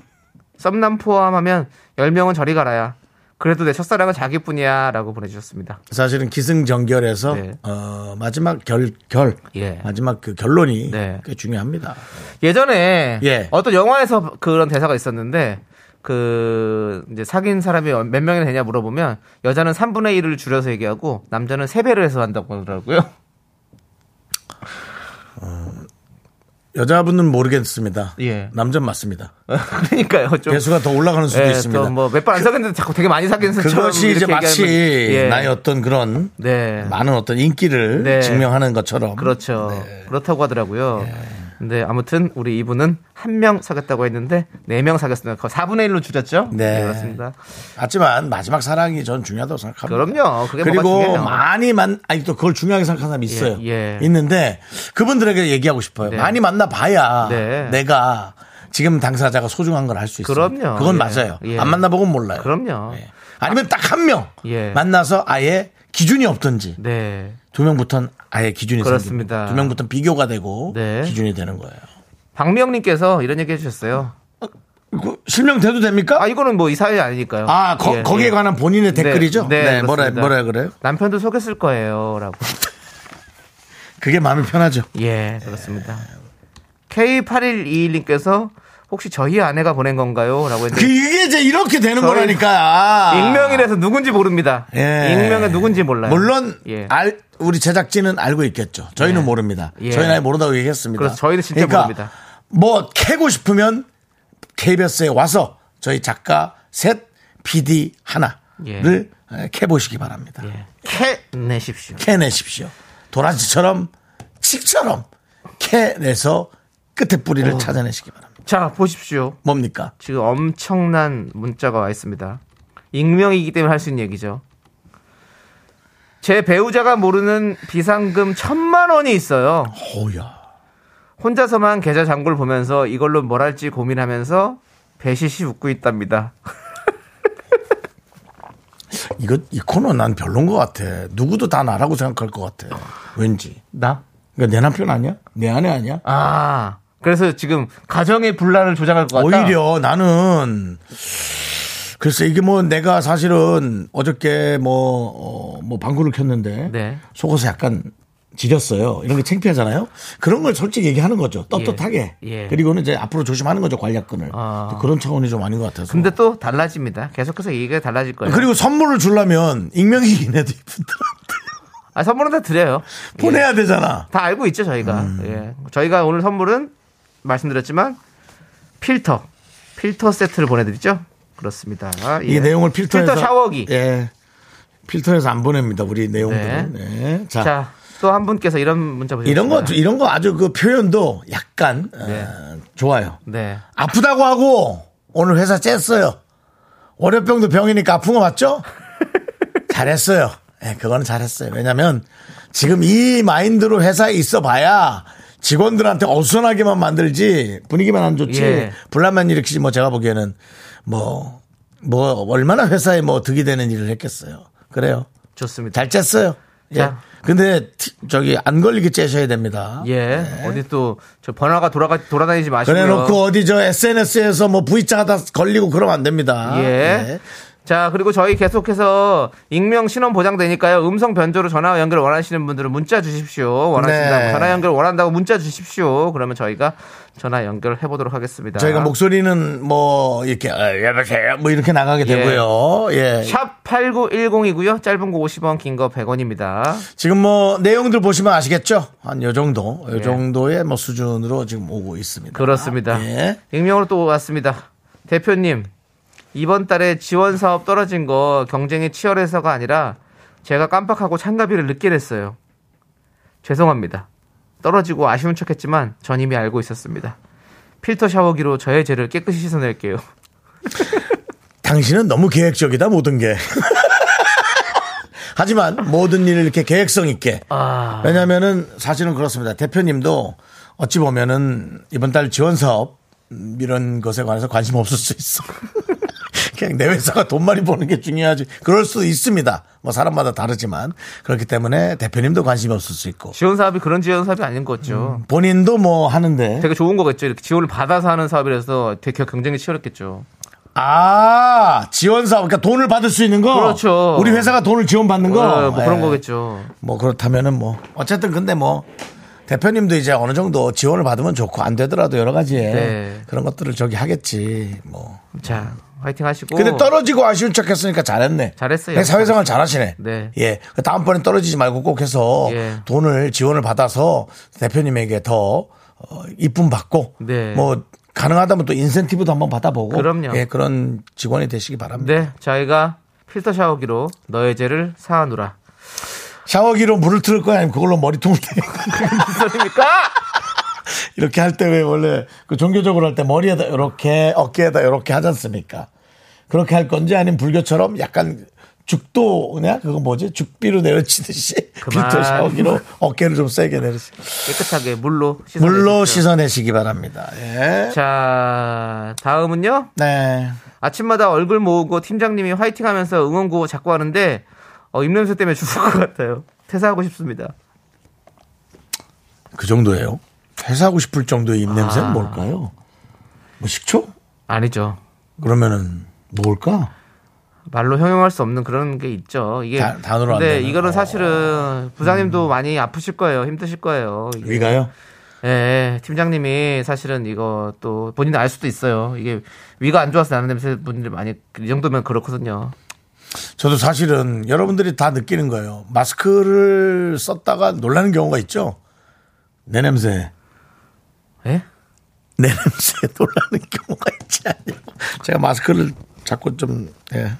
썸남 포함하면 10명은 저리 가라야. 그래도 내 첫사랑은 자기뿐이야. 라고 보내주셨습니다.
사실은 기승전결에서
네.
어, 마지막 결, 결
예.
마지막 그 결론이
네.
꽤 중요합니다.
예전에
예.
어떤 영화에서 그런 대사가 있었는데, 그 이제 사귄 사람이 몇 명이나 되냐 물어보면 여자는 3분의 1을 줄여서 얘기하고 남자는 3배를 해서 한다고 하더라고요. [LAUGHS]
여자분은 모르겠습니다.
예.
남자는 맞습니다.
그러니까요. 좀
배수가 더 올라가는 수도 있습니다.
예,
그
뭐몇 번 안 사귀는데 자꾸 되게 많이 사귀는
그것이 이제 마치 나의 어떤 그런
예. 네.
많은 어떤 인기를
네.
증명하는 것처럼
그렇죠.
네.
그렇다고 하더라고요.
예.
근데 아무튼 우리 이분은 한 명 사귀었다고 했는데 네 명 사귀었습니다. 거의 4분의 1로 줄였죠?
네.
그렇습니다.
하지만 마지막 사랑이 전 중요하다고 생각합니다.
그럼요. 그게
리고
뭐가 중요해요.
많이 만 아니 또 그걸 중요하게 생각하는 사람이 있어요.
예, 예.
있는데 그분들에게 얘기하고 싶어요.
네.
많이 만나 봐야
네.
내가 지금 당사자가 소중한 걸 알 수 있어요.
그럼요.
그건
예.
맞아요.
예.
안 만나 보면 몰라요.
그럼요.
예. 아니면 딱 한 명
예.
만나서 아예 기준이 없든지
네.
두 명부터는 아예 기준이
그렇습니다.
생기고 두 명부터는 비교가 되고
네.
기준이 되는 거예요.
박미영님께서 이런 얘기 해주셨어요.
그 실명돼도 됩니까?
아 이거는 뭐 이 사회 아니니까요.
아, 거,
예,
기에
예.
관한 본인의 댓글이죠?
네, 네,
뭐라,
그렇습니다.
뭐라 그래요?
남편도 속였을 거예요라고.
그게 마음이 편하죠.
예 그렇습니다. K8121님께서 혹시 저희 아내가 보낸 건가요?라고 했는데
그게 이제 이렇게 되는
저희-
거라니까.
익명이라서 누군지 모릅니다.
예.
익명은 누군지 몰라요.
물론 아,
예.
알, 우리 제작진은 알고 있겠죠. 저희는 모릅니다.
예.
저희는 아예 모른다고 얘기했습니다.
그래서 저희는 진짜
그러니까
모릅니다.
뭐 캐고 싶으면 KBS에 와서 저희 작가 셋, PD 하나를 캐보시기 바랍니다.
예. 캐 내십시오.
캐내십시오. 도라지처럼 칙처럼 캐내서 끝에 뿌리를 찾아내시기 바랍니다.
자 보십시오.
뭡니까?
지금 엄청난 문자가 와 있습니다. 익명이기 때문에 할 수 있는 얘기죠. 제 배우자가 모르는 비상금 천만 원이 있어요.
오야.
혼자서만 계좌 잔고를 보면서 이걸로 뭘 할지 고민하면서 배시시 웃고 있답니다.
이거 이 코너 난 별론 것 같아. 누구도 다 나라고 생각할 것 같아. 왠지.
나?
그러니까 내 남편 아니야? 내 아내 아니야?
아, 그래서 지금 가정의 분란을 조장할 것 같다.
오히려 나는 글쎄 이게 뭐 내가 사실은 어저께 뭐뭐 방구를 켰는데
네.
속옷에 약간 지렸어요. 이런 게 창피하잖아요. 그런 걸 솔직히 얘기하는 거죠. 떳떳하게.
예. 예.
그리고는 이제 앞으로 조심하는 거죠. 관략근을.
아.
그런 차원이 좀 아닌 것 같아서.
근데 또 달라집니다. 계속해서 얘기가 달라질 거예요.
그리고 선물을 주려면 익명이긴 해도 이분들한테
아, 선물은 다 드려요. 예.
보내야 되잖아.
다 알고 있죠 저희가.
음.
예. 저희가 오늘 선물은 말씀드렸지만 필터, 필터 세트를 보내드리죠. 그렇습니다. 아, 예.
이 내용을 필터해서
필터 샤워기.
예. 필터해서 안 보냅니다. 우리 내용들은. 예. 자,
네. 자, 또 한 분께서 이런 문자 보셨습니다.
이런 거 이런 거 아주 그 표현도 약간 어, 좋아요.
네.
아프다고 하고 오늘 회사 쬐어요. 월요병도 병이니까 아픈 거 맞죠? 잘했어요. 예, 그거는 잘했어요. 왜냐면 지금 이 마인드로 회사에 있어 봐야 직원들한테 어수선하게만 만들지 분위기만 안 좋지
예.
불란만 일으키지 뭐 제가 보기에는 뭐, 뭐 얼마나 회사에 뭐 득이 되는 일을 했겠어요. 그래요.
좋습니다.
잘 쬐어요. 예.
자.
근데 티- 저기 안 걸리게 째셔야 됩니다.
예. 어디 또 저 번화가 돌아가 돌아다니지 마시고요.
네. 그래 놓고 어디 저 SNS에서 뭐 V자 하다 걸리고 그러면 안 됩니다.
예.
네.
자, 그리고 저희 계속해서 익명 신원 보장되니까요. 음성 변조로 전화 연결 원하시는 분들은 문자 주십시오. 원하신다고
네.
전화 연결 원한다고 문자 주십시오. 그러면 저희가 전화 연결해 보도록 하겠습니다.
저희가 목소리는 뭐 이렇게 어, 여보세요 뭐 이렇게 나가게 되고요. 예.
샵 8910이고요. 짧은 거 50원, 긴 거 100원입니다.
지금 뭐 내용들 보시면 아시겠죠? 한 요 정도, 요 정도의 뭐 수준으로 지금 오고 있습니다.
예. 그렇습니다.
예.
익명으로 또 왔습니다. 대표님, 이번 달에 지원 사업 떨어진 거 경쟁이 치열해서가 아니라 제가 깜빡하고 참가비를 늦게 냈어요. 죄송합니다. 떨어지고 아쉬운 척했지만 전 이미 알고 있었습니다. 필터 샤워기로 저의 죄를 깨끗이 씻어낼게요. [LAUGHS]
당신은 너무 계획적이다 모든 게. [LAUGHS] 하지만 모든 일을 이렇게 계획성 있게.
아.
왜냐면은 사실은 그렇습니다. 대표님도 어찌 보면은 이번 달 지원 사업 음, 이런 것에 관해서 관심 없을 수 있어. [LAUGHS] 그냥 내 회사가 돈 많이 버는 게 중요하지. 그럴 수도 있습니다. 뭐 사람마다 다르지만 그렇기 때문에 대표님도 관심이 없을 수 있고
지원 사업이 그런 지원 사업이 아닌 거죠.
본인도 뭐 하는데
되게 좋은 거겠죠. 이렇게 지원을 받아서 하는 사업이라서 되게 경쟁이 치열했겠죠.
아 지원 사업 그러니까 돈을 받을 수 있는 거
그렇죠.
우리 회사가 돈을 지원받는 거
어, 뭐 그런
예.
거겠죠.
뭐 그렇다면은 뭐 어쨌든 근데 뭐 대표님도 이제 어느 정도 지원을 받으면 좋고 안 되더라도 여러 가지에
네.
그런 것들을 저기 하겠지 뭐
자, 화이팅 하시고.
근데 떨어지고 아쉬운 척 했으니까 잘했네.
잘했어요.
네, 사회생활 잘하시네.
네.
예. 그 다음번엔 떨어지지 말고 꼭 해서
예.
돈을 지원을 받아서 대표님에게 더 어, 이쁨 받고
네.
뭐 가능하다면 또 인센티브도 한번 받아보고
그럼요.
예, 그런 직원이 되시기 바랍니다.
네, 저희가 필터 샤워기로 너의 죄를 사하노라.
샤워기로 물을 틀을 거야 아니면 그걸로 머리통을 대
무슨 소리입니까?
[LAUGHS] 이렇게 할 때 왜 원래 그 종교적으로 할 때 머리에다 이렇게 어깨에다 이렇게 하지 않습니까? 그렇게 할 건지 아니면 불교처럼 약간 죽도냐 그거 뭐지 죽비로 내려치듯이 [LAUGHS]
그만.
필터 샤워기로 어깨를 좀 세게 내리시
깨끗하게 물로 씻어.
물로 씻어내시기 바랍니다. 예.
자, 다음은요.
네.
아침마다 얼굴 모으고 팀장님이 화이팅 하면서 응원구 자꾸 하는데 어, 입냄새 때문에 죽을 것 같아요. 퇴사하고 싶습니다.
그 정도예요. 회사하고 싶을 정도의 입냄새는 뭘까요? 뭐 식초?
아니죠.
그러면은 뭘까?
말로 형용할 수 없는 그런 게 있죠. 이게
다- 단어로 안
근데
되는.
이거는
어. 음.
사실은 부장님도 많이 아프실 거예요. 힘드실 거예요. 이게.
위가요?
예, 팀장님이 사실은 이거 또 본인도 알 수도 있어요. 이게 위가 안 좋아서 나는 냄새 분들이 많이 이 정도면 그렇거든요.
저도 사실은 여러분들이 다 느끼는 거예요. 마스크를 썼다가 놀라는 경우가 있죠. 내 냄새.
예?
내 냄새에 [LAUGHS] 놀라는 경우가 있지 않냐고. 제가 마스크를 자꾸 좀, 예.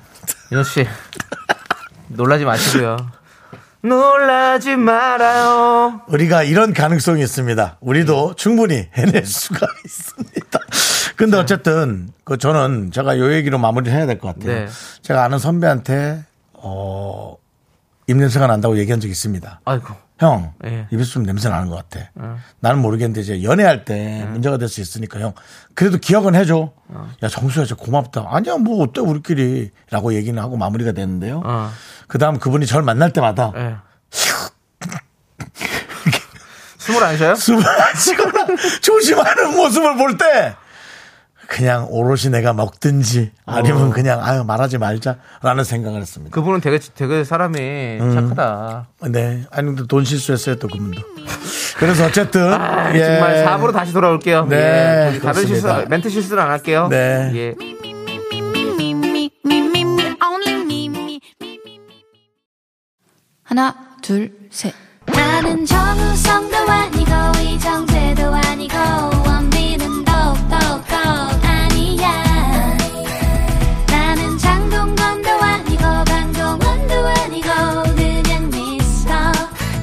윤호 씨 [LAUGHS] 놀라지 마시고요. 놀라지 말아요.
우리가 이런 가능성이 있습니다. 우리도 충분히 해낼 수가 [LAUGHS] 있습니다. 근데 어쨌든, 그 저는 제가 요 얘기로 마무리를 해야 될 것 같아요.
네.
제가 아는 선배한테, 어, 입냄새가 난다고 얘기한 적이 있습니다.
아이고.
형
예. 어.
입에서 좀 냄새 나는 것 같아. 나는 모르겠는데 이제 연애할 때
음.
문제가 될 수 있으니까 형 그래도 기억은 해줘.
어.
야 정수야 진짜 고맙다. 아니야 뭐 어때 우리끼리라고 얘기는 하고 마무리가 됐는데요.
어.
그다음 그분이 저를 만날 때마다
예. 숨을 안 쉬어요?
숨을 안 쉬거나 [LAUGHS] 조심하는 모습을 볼 때 그냥 오롯이 내가 먹든지
어.
아니면 그냥 아유 말하지 말자라는 생각을 했습니다.
그분은 되게 되게 사람이
음.
착하다.
네 아니 근데 돈 실수했어요 또
[LAUGHS]
그분도. 그래서 어쨌든 예.
아, 정말 4부로 다시 돌아올게요.
네,
예. 다른 실수
그렇습니다.
멘트 실수는 안 할게요.
네.
예.
me, me, me, me, me, only me, me.
하나, 둘, 셋.
나는 정우성도 아니고 이정재도 아니고 원빈은 더욱더 아니야 나는 장동건도 아니고 강동원도 아니고 그냥 미스터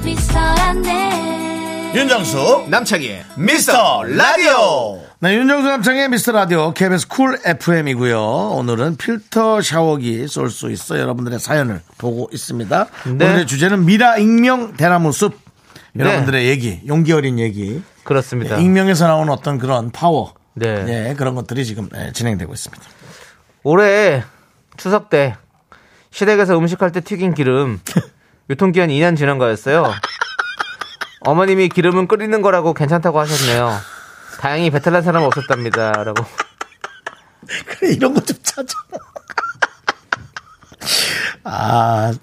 미스터란데
윤정수
남창희의
미스터 라디오
네, 윤정수 남창의 미스터 라디오 KBS 쿨 FM이고요. 오늘은 필터 샤워기 쏠 수 있어 여러분들의 사연을 보고 있습니다. 오늘의 주제는 미라 익명 대나무 숲. 네. 여러분들의 얘기, 용기 어린 얘기.
그렇습니다.
네, 익명에서 나온 어떤 그런 파워.
네.
예, 그런 것들이 지금 예, 진행되고 있습니다.
올해 추석 때 시댁에서 음식할 때
[LAUGHS]
튀긴 기름 유통기한 2년 지난 거였어요. 어머님이 기름은 끓이는 거라고 괜찮다고 하셨네요. 다행히 배탈 난 사람 은 없었답니다. 라고.
[LAUGHS] 그래, 이런 거 좀 찾아. [LAUGHS] 아,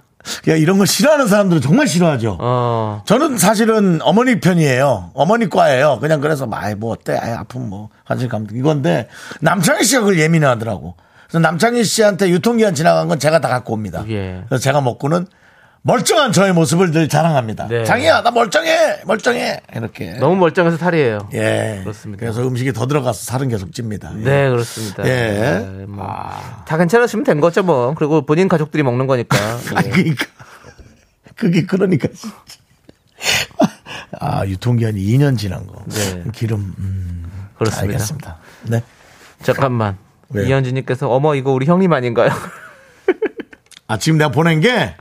야, 이런 걸 싫어하는 사람들은 정말 싫어하죠.
어,
저는 사실은 어머니 편이에요. 어머니 과예요. 그냥 그래서 아이 뭐 어때? 아이 아프면 뭐 화장실 가면 돼. 이건데 남창희 씨가 그걸 예민해하더라고. 그래서 남창희 씨한테 유통기한 지나간 건 제가 다 갖고 옵니다.
예.
그래서 제가 먹고는 멀쩡한 저의 모습을 늘 자랑합니다.
네.
장희야 나 멀쩡해 멀쩡해 이렇게.
너무 멀쩡해서 탈이에요.
예.
그렇습니다.
그래서 음식이 더 들어가서 살은 계속 찝니다. 예.
네, 그렇습니다.
예. 아.
네, 뭐. 다 괜찮으시면 된 거죠, 뭐. 그리고 본인 가족들이 먹는 거니까.
[LAUGHS] 아니
예.
그러니까 그게 그러니까 진짜. 아 유통기한이 2년 지난 거.
네.
기름. 음.
그렇습니다.
알겠습니다. 네.
잠깐만.
왜요?
이현주님께서 어머, 이거 우리 형님 아닌가요?
아, 지금 내가 보낸 게,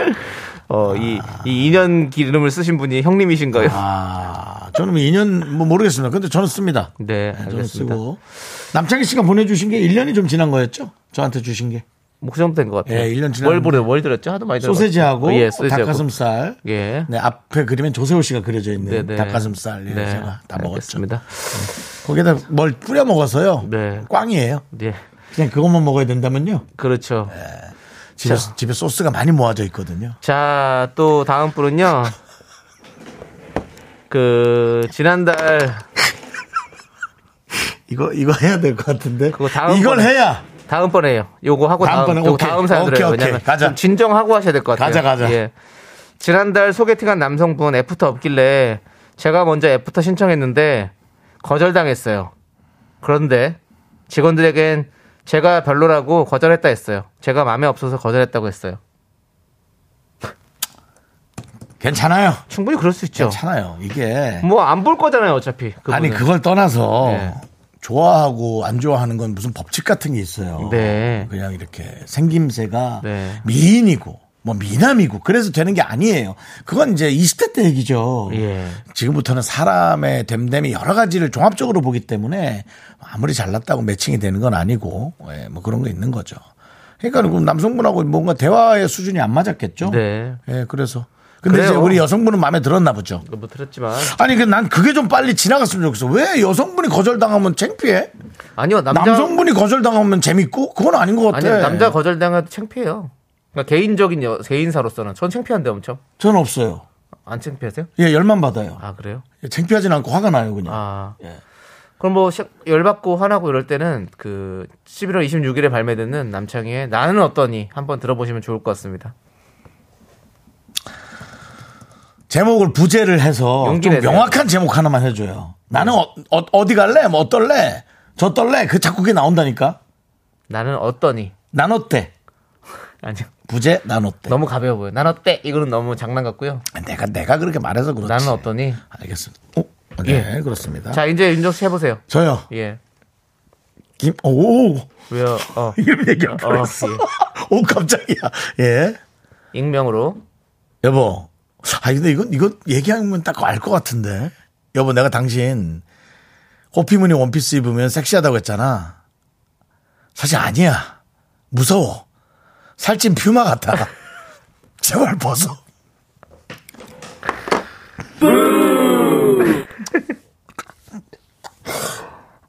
[LAUGHS] 어, 이, 이 2년 기름을 쓰신 분이 형님이신가요?
아, 저는 2년, 뭐 모르겠습니다. 근데 저는 씁니다.
네,
저는
알겠습니다.
아, 쓰고. 남창희 씨가 보내주신 게 1년이 좀 지난 거였죠? 저한테 주신 게.
뭐그 정도 된 것 같아요.
예, 일년 지났는데.
월 보내 월 들었죠? 하도 많이 들었어요.
소세지하고,
예, 소세지하고.
닭가슴살.
예.
네, 앞에 그림엔 조세호 씨가 그려져 있는
네, 네.
닭가슴살. 예, 제가 다 먹었죠.
알겠습니다.
거기다 뭘 뿌려 먹어서요.
네.
꽝이에요.
예.
그냥 그것만 먹어야 된다면요.
그렇죠.
예. 집에, 집에 소스가 많이 모아져 있거든요.
자, 또 다음
[LAUGHS]
분은요. 그 지난달
이거, 이거 해야 될 것 같은데.
그거 다음
이걸
번에.
해야
다음번에요. 요거 하고 다음
다음번에?
요거
오케이.
다음 사연
오케이,
들어요.
오케이.
왜냐면
가자.
좀 진정하고 하셔야 될 것 같아요.
가자, 가자.
예. 지난달 소개팅한 남성분 애프터 없길래 제가 먼저 애프터 신청했는데 거절당했어요. 그런데 직원들에겐 제가 별로라고 거절했다 했어요. 제가 마음에 없어서 거절했다고 했어요.
괜찮아요.
충분히 그럴 수 있죠.
괜찮아요. 이게
뭐 안 볼 거잖아요, 어차피. 그분은.
아니 그걸 떠나서
예.
좋아하고 안 좋아하는 건 무슨 법칙 같은 게 있어요.
네.
그냥 이렇게 생김새가
네.
미인이고 뭐 미남이고 그래서 되는 게 아니에요. 그건 이제 20대 때 얘기죠.
예.
지금부터는 사람의 됨됨이 여러 가지를 종합적으로 보기 때문에 아무리 잘났다고 매칭이 되는 건 아니고 예, 뭐 그런 거 있는 거죠. 그러니까 그럼 남성분하고 뭔가 대화의 수준이 안 맞았겠죠.
네.
예, 그래서 근데
그래요.
이제 우리 여성분은 마음에 들었나 보죠.
뭐 들었지만
아니 그 난 그게 좀 빨리 지나갔으면 좋겠어. 왜 여성분이 거절당하면 창피해?
아니요 남자
남성분이 거절당하면 재밌고 그건 아닌 것
아니
같아.
남자 거절당해도 창피해요. 그러니까 개인적인 여, 개인사로서는 전 창피한데 엄청
저는 없어요.
안 창피하세요?
예, 열만 받아요.
아 그래요?
예, 창피하진 않고 화가 나요 그냥.
아
예.
그럼 뭐 시- 열받고 화나고 이럴 때는 그 11월 26일에 발매되는 남창희의 나는 어떠니 한번 들어보시면 좋을 것 같습니다.
제목을 부제를 해서
용기
좀
내세요.
명확한 제목 하나만 해줘요. 나는 어, 디 갈래? 뭐 어떨래? 저 떨래? 그 자꾸 그게 나온다니까.
나는 어떠니?
난 어때? 네.
아니요.
부제 난 어때?
너무 가벼워 보여. 난 어때? 이거는 너무 장난 같고요.
내가 내가 그렇게 말해서 그렇지.
나는 어떠니?
알겠습니다. 어? 네
예.
그렇습니다.
자 이제 윤정수 씨 해보세요.
저요.
예.
김, 오,
왜요? 어.
[LAUGHS] 이런 얘기 안
어,
했어. [LAUGHS] 오 깜짝이야. 예.
예. 익명으로
여보. 아 근데 이건 이건 얘기하면 딱 알 것 같은데. 여보 내가 당신 호피무늬 원피스 입으면 섹시하다고 했잖아. 사실 아니야. 무서워. 살찐 퓨마 같아. [LAUGHS] 제발 벗어. [LAUGHS]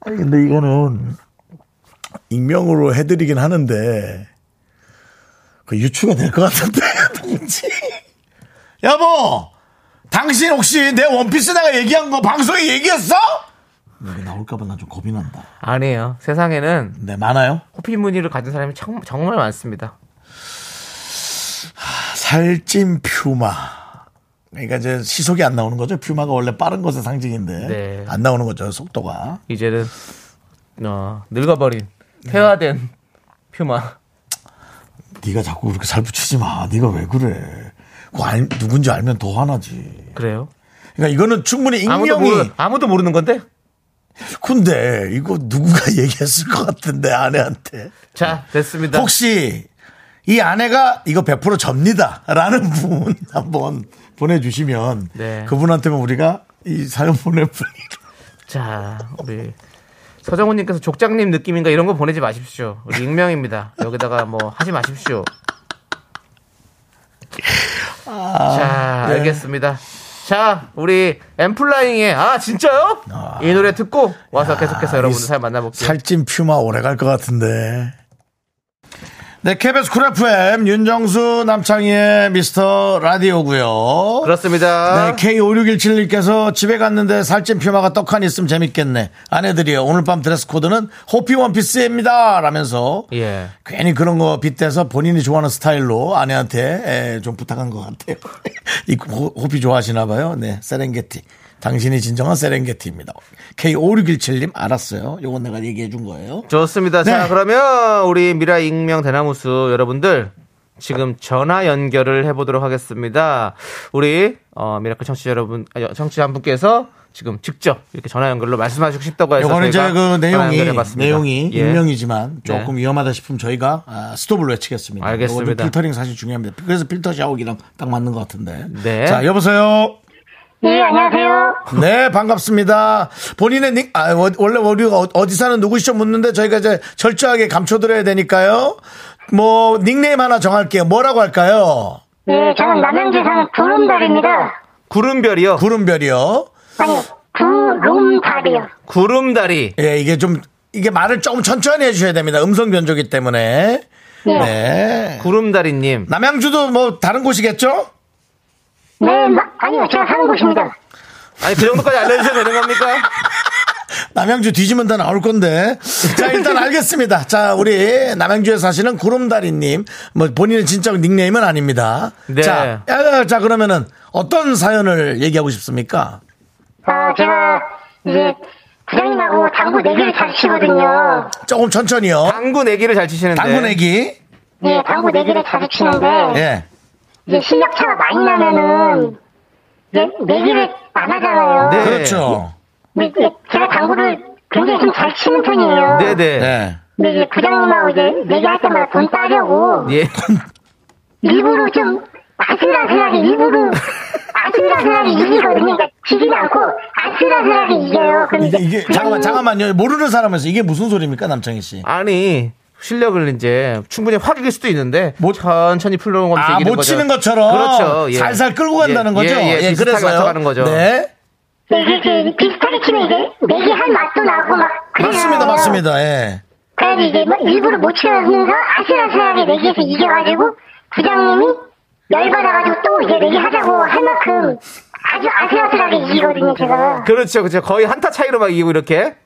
아니 근데 이거는 익명으로 해드리긴 하는데 그 유추가 될 것 같은데 [LAUGHS] 뭔지. 여보, 당신 혹시 내 원피스 내가 얘기한 거 방송에 얘기했어? 여기 나올까봐 난 좀 겁이 난다.
아니에요. 세상에는
네, 많아요.
호피 무늬를 가진 사람이 참- 정말 많습니다.
살찐 퓨마. 그러니까 이제 시속이 안 나오는 거죠. 퓨마가 원래 빠른 것의 상징인데
네.
안 나오는 거죠. 속도가.
이제는 어, 늙어버린 퇴화된 퓨마.
네가 자꾸 그렇게 살 붙이지 마. 네가 왜 그래? 그거 알- 누군지 알면 더 화나지.
그래요?
그러니까 이거는 충분히
아무도
익명이
모르 아무도 모르는 건데.
근데 이거 누군가 [LAUGHS] 얘기했을 것 같은데 아내한테.
자 됐습니다.
네. 혹시 이 아내가 이거 100% 접니다라는 분 [LAUGHS] 한번 보내주시면
네.
그분한테만 우리가 이 사연 보내드리죠.
자 우리 서정훈님께서 족장님 느낌인가 이런 거 보내지 마십시오. 우리 익명입니다. 여기다가 뭐 하지 마십시오.
아,
자
네.
알겠습니다. 자 우리 엠플라잉의 아 진짜요? 이 노래 듣고 와서 계속해서 여러분들 사연 만나볼게요.
살찐 퓨마 오래 갈 것 같은데. 네, KBS 쿨 FM 윤정수 남창희의 미스터 라디오고요.
그렇습니다.
네, K5617님께서 집에 갔는데 살찐 퓨마가 떡하니 있으면 재밌겠네. 아내들이요. 오늘 밤 드레스 코드는 호피 원피스입니다. 라면서
예.
괜히 그런 거 빗대서 본인이 좋아하는 스타일로 아내한테 에, 좀 부탁한 것 같아요. [LAUGHS] 이 호- 호피 좋아하시나 봐요. 네, 세렝게티. 당신이 진정한 세렝게티입니다. K5617님 알았어요. 요건 내가 얘기해 준 거예요.
좋습니다. 자,
네.
그러면 우리 미라 익명 대나무수 여러분들 지금 전화 연결을 해보도록 하겠습니다. 우리 어, 미라클 청취자 여러분, 아, 여- 청취자 한 분께서 지금 직접 이렇게 전화 연결로 말씀하시고 싶다고 해서
요거는 이제
저희가
그
전화
내용이
연결해봤습니다.
내용이
예.
익명이지만 조금
네.
위험하다 싶으면 저희가 아, 스톱을 외치겠습니다.
알겠습니다.
요거는 필터링 사실 중요합니다. 그래서 필터 샤워기랑 딱 맞는 것 같은데.
네.
자, 여보세요.
네, 안녕하세요.
네, 반갑습니다. 본인의 닉, 아, 워- 원래 우리가 어- 어디 사는 누구시죠 묻는데 저희가 이제 철저하게 감춰드려야 되니까요. 뭐, 닉네임 하나 정할게요. 뭐라고 할까요?
네, 저는 남양주 사는 구름달입니다.
구름별이요.
구름별이요.
아니, 구름달이요.
구름다리.
예, 이게 좀, 이게 말을 조금 천천히 해주셔야 됩니다. 음성 변조기 때문에. 네.
구름다리님.
남양주도 뭐, 다른 곳이겠죠?
네, 나- 아니요, 제가 사는 곳입니다.
아니, 그 정도까지 알려주셔도 되는 겁니까?
남양주 뒤지면 다 나올 건데. 자,
[LAUGHS]
일단 알겠습니다. 자, 우리 남양주에 사시는 구름다리님. 뭐, 본인의 진짜 닉네임은 아닙니다.
네.
자, 야, 야, 자, 그러면은 어떤 사연을 얘기하고 싶습니까?
어, 제가 이제 부장님하고 당구 내기를 잘 치거든요.
조금 천천히요.
당구 네. 내기를 잘 치시는데.
당구 내기.
예, 당구 내기를 잘 치는데
네.
예.
이제 실력차가 많이 나면은 이제 내기를 안 하잖아요.
네.
그렇죠.
근데 이제 제가 당구를 굉장히 좀 잘 치는 편이에요.
네네.
네.
근데 이제 부장님하고 이제 내기할 때마다 돈 따려고
예.
일부러 좀 아슬아슬하게 일부러 아슬아슬하게 이기거든요. 그러니까 지진 않고 아슬아슬하게 이겨요. 그럼
이게,
이제
이게, 잠깐만,
부장님이
잠깐만요. 모르는 사람에서 이게 무슨 소리입니까, 남창희 씨?
아니 실력을 이제 충분히 확 이길 수도 있는데
못-
천천히 풀러가면서
아,
이기는
못
거죠.
치는 것처럼
그렇죠. 예.
살살 끌고 간다는
예,
거죠.
예, 예, 비슷하게 맞춰가는 거죠.
네.
이게 이제 비슷하게 치면 이제 내기할 맛도 나고 막 그래요.
맞습니다, 맞습니다. 예.
그래서 이제 막 일부러 못 치면서 아슬아슬하게 내기해서 이겨가지고 부장님이 열받아가지고 또 이제 내기하자고 할 만큼 아주 아슬아슬하게 이기거든요, 제가.
그렇죠, 그렇죠. 거의 한타 차이로 막 이기고 이렇게.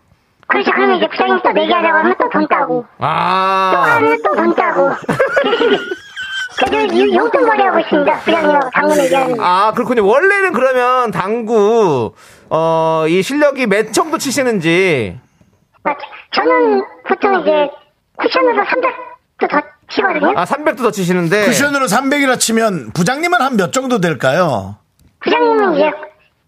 그렇죠. 그러면 이제 부장님 또 내기하자고 하면 또 돈 따고. 또
아,
하면 또 돈 따고. [LAUGHS] 그래서 이- 용돈벌이 하고 있습니다. 부장님하고 당근 얘기하는. 거.
아 그렇군요. 원래는 그러면 당구 어 이 실력이 몇 정도 치시는지.
아, 저는 보통 이제 쿠션으로 300도 더 치거든요.
아 300도 더 치시는데.
쿠션으로 300이라 치면 부장님은 한 몇 정도 될까요?
부장님은 이제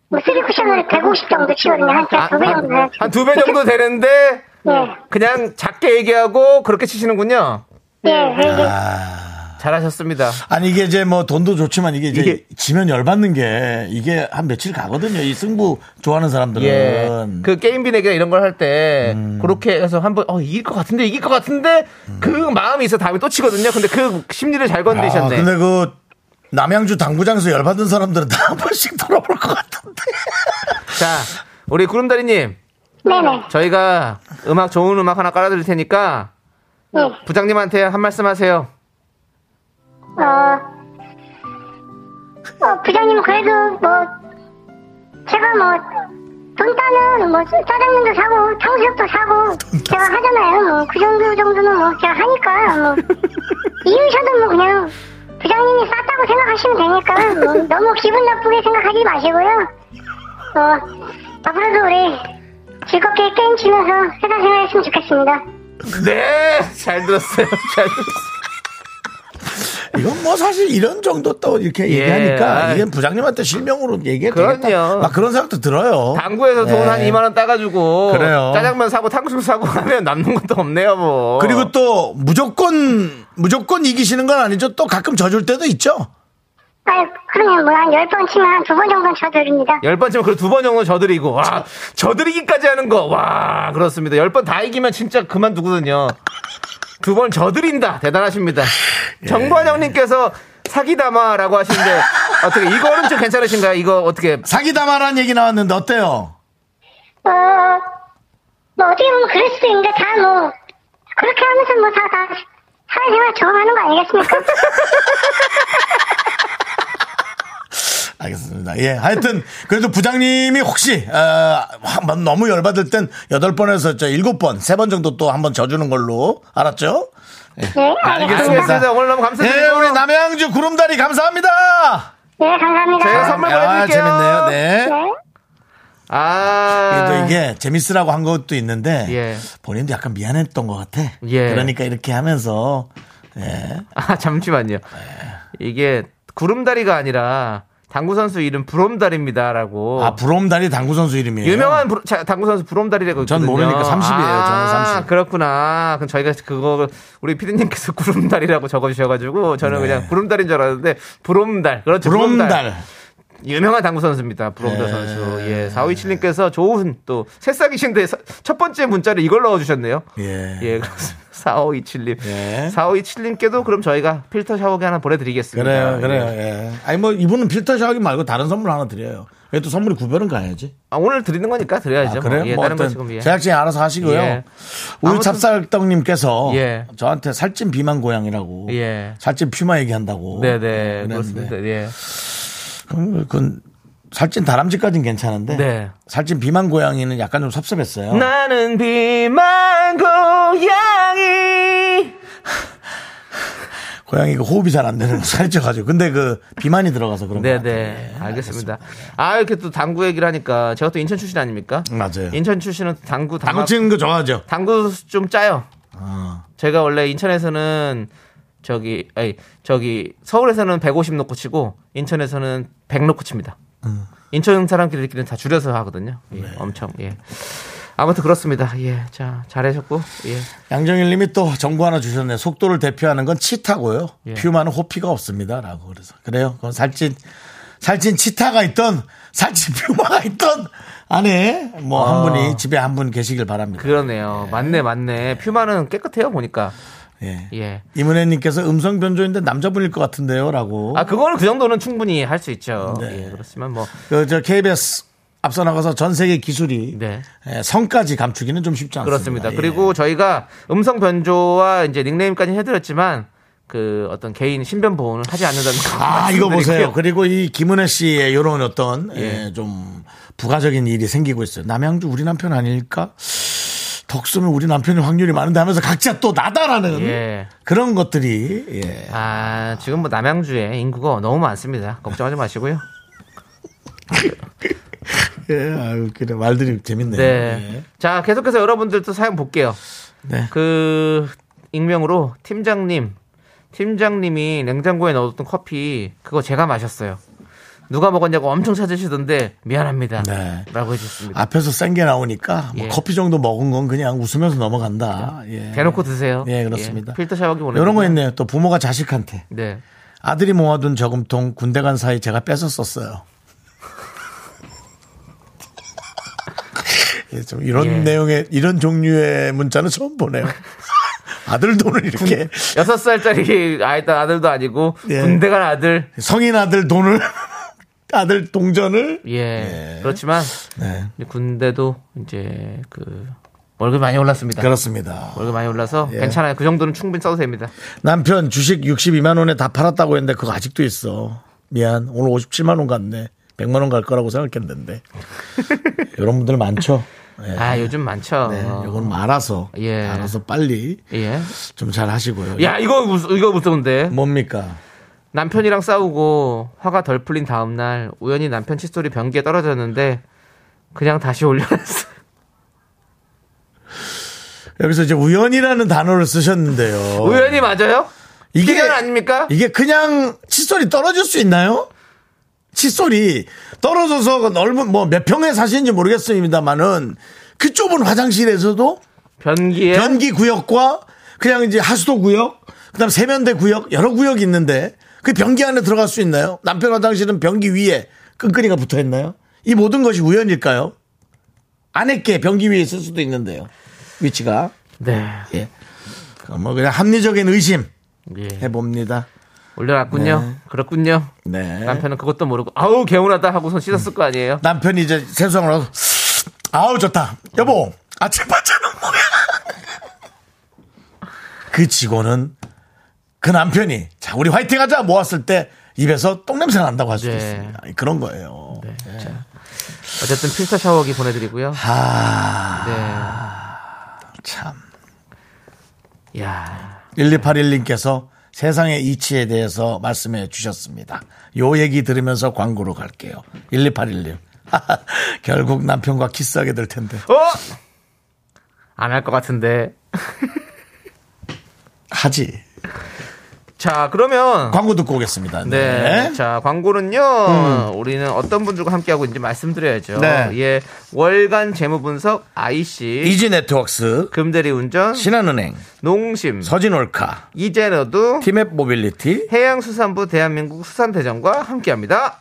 뭐 쓰리 쿠션으로 150 정도 치거든요.
아,
한두배
한-
정도.
한두 배 정도 되는데
예.
그냥 작게 얘기하고 그렇게 치시는군요.
예. 그래서 이제
잘하셨습니다.
아니 이게 이제 뭐 돈도 좋지만 이게 이제
이게-
지면 열받는 게 이게 한 며칠 가거든요. 이 승부 좋아하는 사람들은.
예. 그 게임 비내기나 이런 걸 할 때
음.
그렇게 해서 한번 어 이길 것 같은데 이길 것 같은데 그 마음이 있어 다음에 또 치거든요. 근데 그 심리를 잘
아,
건드리셨네.
근데 그 남양주 당구장에서 열받은 사람들은 다 한 번씩 돌아볼 것 같은데. [LAUGHS]
자, 우리 구름다리님
네네.
저희가 음악 좋은 음악 하나 깔아드릴 테니까
예.
부장님한테 한 말씀 하세요.
어, 어, 부장님 그래도 뭐 제가 뭐 돈 따면 뭐 짜장면도 사고 탕수육도 사고 제가 하잖아요. 뭐 그 정도 정도는 뭐 제가 하니까 [LAUGHS] 뭐 이유셔도 뭐 그냥 부장님이 쌌다고 생각하시면 되니까 뭐 너무 기분 나쁘게 생각하지 마시고요. 어 앞으로도 우리 즐겁게 게임 치면서 회사 생활했으면 좋겠습니다.
네, 잘 들었어요. [LAUGHS] 잘 들었어요.
이건 뭐 사실 이런 정도 또 이렇게
예,
얘기하니까
아이.
이게 부장님한테 실명으로 얘기해도
그럼요.
되겠다. 막 그런 생각도 들어요.
당구에서 돈
예.
한 2만 원 따가지고
그래요.
짜장면 사고 탕수육 사고 하면 남는 것도 없네요 뭐.
그리고 또 무조건 무조건 이기시는 건 아니죠. 또 가끔 져줄 때도 있죠.
아 그러면 뭐 한 열 번 치면 한 두 번 정도는 쳐드립니다.
열 번 치면 그두 번 정도 저드리고 와 저드리기까지 하는 거 와 그렇습니다 열 번 다 이기면 진짜 그만두거든요 두 번 저드린다 대단하십니다
예.
정관영님께서 사기담아라고 하시는데 어떻게 이거는 좀 괜찮으신가요 이거 어떻게
사기다마라는 얘기 나왔는데 어때요?
어, 뭐 어떻게 보면 그럴 수도 있는데 다 뭐 그렇게 하면서 뭐 다 다 사회생활 적응하는 거
[LAUGHS]
아니겠습니까?
알겠습니다. 예. 하여튼, 그래도 부장님이 혹시, 어, 한번 너무 열받을 땐 여덟 번에서저 일곱 번 세 번 정도 또 한번 져주는 걸로. 알았죠?
네,
알겠습니다.
알겠습니다.
알겠습니다 아, 오늘 너무 감사드리고
예, 우리 남양주 구름다리 감사합니다!
네, 감사합니다.
제가 선물
아,
보내드릴게요.
재밌네요. 네.
네.
아
그래도 이게 재밌으라고 한 것도 있는데,
네. 예.
본인도 약간 미안했던 것 같아.
예.
그러니까 이렇게 하면서, 예.
아 잠시만요 이게 구름다리가 아니라 당구 선수 이름 부럼다리입니다라고
아, 부름다리 당구선수 이름이에요.
어. 유명한 부- 자- 당구 선수 부럼다리라고
예. 전
있거든요. 아,
모르니까 30 이에요. 저는 30.
그렇구나. 그럼 저희가 그거 우리 피디님께서 [LAUGHS] 구름다리라고 적어주셔가지고 저는
네.
그냥 구름다리인 줄 알았는데 부럼달. 그렇죠.
부름달.
유명한 당구 선수입니다. 부럼달
예.
선수. 예. 4527님께서 좋은 또 새싹이신데 사- 첫 번째 문자를 이걸 넣어주셨네요.
예.
예, 그렇습니다. 4527님.
예.
4527님께도 그럼 저희가 필터 샤워기 하나 보내드리겠습니다.
그래요, 그래요.
예.
예. 아니 뭐 이분은 필터 샤워기 말고 다른 선물 하나 드려요. 그래도 선물이 구별은 가야지.
아, 오늘 드리는 거니까 드려야죠.
아, 그래요?
뭐. 예,
뭐
다른 건
어떤
지금 예.
제작진이 알아서 하시고요.
예.
우리
아무튼-
찹쌀떡님께서
예.
저한테 살찐 비만 고양이라고
예.
살찐 퓨마 얘기한다고. 예,
네네
어, 그랬는데
그렇습니다. 예.
그럼 그건 살찐 다람쥐까지는 괜찮은데
네.
살찐 비만 고양이는 약간 좀 섭섭했어요.
나는 비만 고양이.
고양이가 호흡이 잘 안 되는 거 살쪄가지고 근데 그 비만이 들어가서 그런 거
네네. 알겠습니다. 아, 이렇게 또 당구 얘기를 하니까 제가 또 인천 출신 아닙니까?
예. 맞아요.
인천 출신은 또 당구
음, 네. 당구 아. 치는 거 좋아하죠?
당구 좀 짜요. 제가 원래 인천에서는 저기, 아니, 저기 서울에서는 150 놓고 치고 인천에서는 100 놓고 칩니다.
음.
인천 사람들끼리는 다 줄여서 하거든요. 예,
네.
엄청 예. 아무튼 그렇습니다. 예, 자 잘하셨고 예.
양정일님이 또 정보 하나 주셨네요. 속도를 대표하는 건 치타고요.
예.
퓨마는 호피가 없습니다라고 그래서 그래요. 그건 살찐 살찐 치타가 있던 살찐 퓨마가 있던 안에 뭐 한
아.
분이 집에 한 분 계시길 바랍니다.
그러네요. 맞네, 맞네. 퓨마는 깨끗해요 보니까.
예.
예.
이문혜님께서 음성 변조인데 남자분일 것 같은데요라고.
아 그거는 그 정도는 충분히 할 수 있죠.
네.
예, 그렇지만 뭐
그 저 KBS 앞서 나가서 전 세계 기술이 예, 성까지 감추기는 좀 쉽지 않습니다.
네. 그렇습니다.
예.
그리고 저희가 음성 변조와 이제 닉네임까지 해드렸지만 그 어떤 개인 신변 보호는 하지 않는다는 거.
아, 이거 보세요.
말씀드리고요.
그리고 이 김은혜 씨의 이런 어떤
예.
예, 좀 부가적인 일이 생기고 있어요. 남양주 우리 남편 아닐까? 덕수는 우리 남편의 확률이 많은데 하면서 각자 또 나다라는
예.
그런 것들이 예.
아 지금 뭐 남양주에 인구가 너무 많습니다. 걱정하지 마시고요.
예, 아유, 그래 말들이 재밌네요.
네.
예.
자, 계속해서 여러분들도 사연 볼게요.
네.
그 익명으로 팀장님, 팀장님이 냉장고에 넣어뒀던 커피 그거 제가 마셨어요. 누가 먹었냐고 엄청 찾으시던데 미안합니다.
네.
라고 해주셨습니다.
앞에서 센 게 나오니까 뭐
예.
커피 정도 먹은 건 그냥 웃으면서 넘어간다. 예.
대놓고 드세요.
예, 그렇습니다.
예, 필터 샤워기 보내.
이런 거 있네요. 또 부모가 자식한테
네.
아들이 모아둔 저금통 군대 간 사이 제가 뺏었었어요. [LAUGHS] 예, 좀 이런
예.
내용의 이런 종류의 문자는 처음 보네요. 아들 돈을 이렇게
여섯 살짜리 [LAUGHS] 아이 아들도 아니고
예.
군대 간 아들.
성인 아들 돈을 [LAUGHS] 아들 동전을
예. 그렇지만
네.
이제 군대도 이제 그 월급 이 많이 올랐습니다.
그렇습니다.
월급 많이 올라서
예.
괜찮아요. 그 정도는 충분히 써도 됩니다.
남편 주식 62만 원에 다 팔았다고 했는데 그거 아직도 있어. 미안. 오늘 57만 원 갔네. 100만 원 갈 거라고
[LAUGHS]
생각했는데. 이런 분들 많죠. 예.
아 요즘 많죠.
네, 이건 뭐 알아서
어. 예.
알아서 빨리
예.
좀 잘 하시고요.
야 이거 무서- 이거 무서운데
음. 뭡니까?
남편이랑 싸우고 화가 덜 풀린 다음 날 우연히 남편 칫솔이 변기에 떨어졌는데 그냥 다시 올려놨어.
여기서 이제 우연이라는 [LAUGHS] 단어를 쓰셨는데요.
우연히 맞아요?
이게
필연 아닙니까?
이게 그냥 칫솔이 떨어질 수 있나요? 칫솔이 떨어져서 그 넓은 뭐 몇 평에 사시는지 모르겠습니다만은 그 좁은 화장실에서도
변기에
변기 구역과 그냥 이제 하수도 구역, 그다음 세면대 구역 여러 구역이 있는데 그 변기 안에 들어갈 수 있나요? 남편 화장실은 변기 위에 끈끈이가 붙어 있나요? 이 모든 것이 우연일까요? 안에 게 변기 위에 있을 수도 있는데요. 위치가
네.
예. 그뭐 그냥 합리적인 의심
예.
해봅니다.
올려놨군요.
네.
그렇군요.
네. 음.
남편은 그것도 모르고 아우 개운하다 하고선 씻었을 거 아니에요.
남편이 이제 세수하고 나서 아우 좋다. 여보 아침 반찬은 뭐야? 그 직원은 그 남편이 자 우리 화이팅하자 모았을 때 입에서 똥냄새 난다고 할 수도
네.
있습니다. 그런 거예요.
어쨌든 필터 샤워기 보내드리고요.
아
네.
참.
야.
1281님께서 세상의 이치에 대해서 말씀해 주셨습니다. 요 얘기 들으면서 광고로 갈게요. 1281님. [LAUGHS] 결국 남편과 키스하게 될 텐데.
어? 안 할 것 같은데.
하지.
자 그러면
광고 듣고 오겠습니다.
네.
네. 음.
자, 광고는요. 우리는 어떤 분들과 함께하고 있는지 말씀드려야죠.
네.
예. 월간 재무분석 IC.
이지 네트웍스,
금대리운전.
신한은행,
농심.
서진올카,
이제너두.
티맵 모빌리티,
해양수산부 대한민국 수산대전과 함께합니다.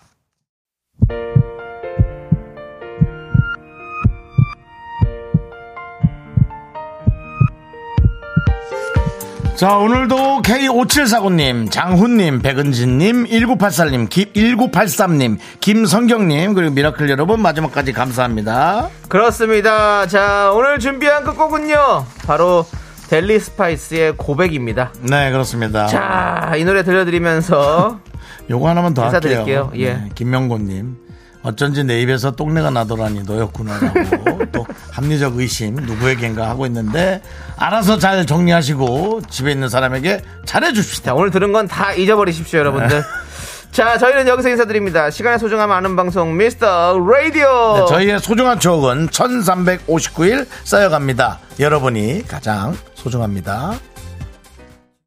자, 오늘도 K5749님, 장훈님, 백은진님, 1984님, 1983님, 김성경님, 그리고 미라클 여러분 마지막까지 감사합니다.
그렇습니다. 자, 오늘 준비한 끝곡은요. 바로 델리 스파이스의 고백입니다.
네, 그렇습니다.
자, 이 노래 들려드리면서
[LAUGHS] 요거 하나만 더 할게요.
인사드릴게요. 예.
김명곤님. 어쩐지 내 입에서 똥내가 나더라니 너였구나라고 [LAUGHS] 또 합리적 의심 누구에겐가 하고 있는데 알아서 잘 정리하시고 집에 있는 사람에게 잘해 줍시다.
오늘 들은 건 다 잊어버리십시오, 여러분들.
네.
자, 저희는 여기서 인사드립니다. 시간의 소중함 아는 방송 미스터 라디오.
네, 저희의 소중한 추억은 1359일 쌓여갑니다. 여러분이 가장 소중합니다.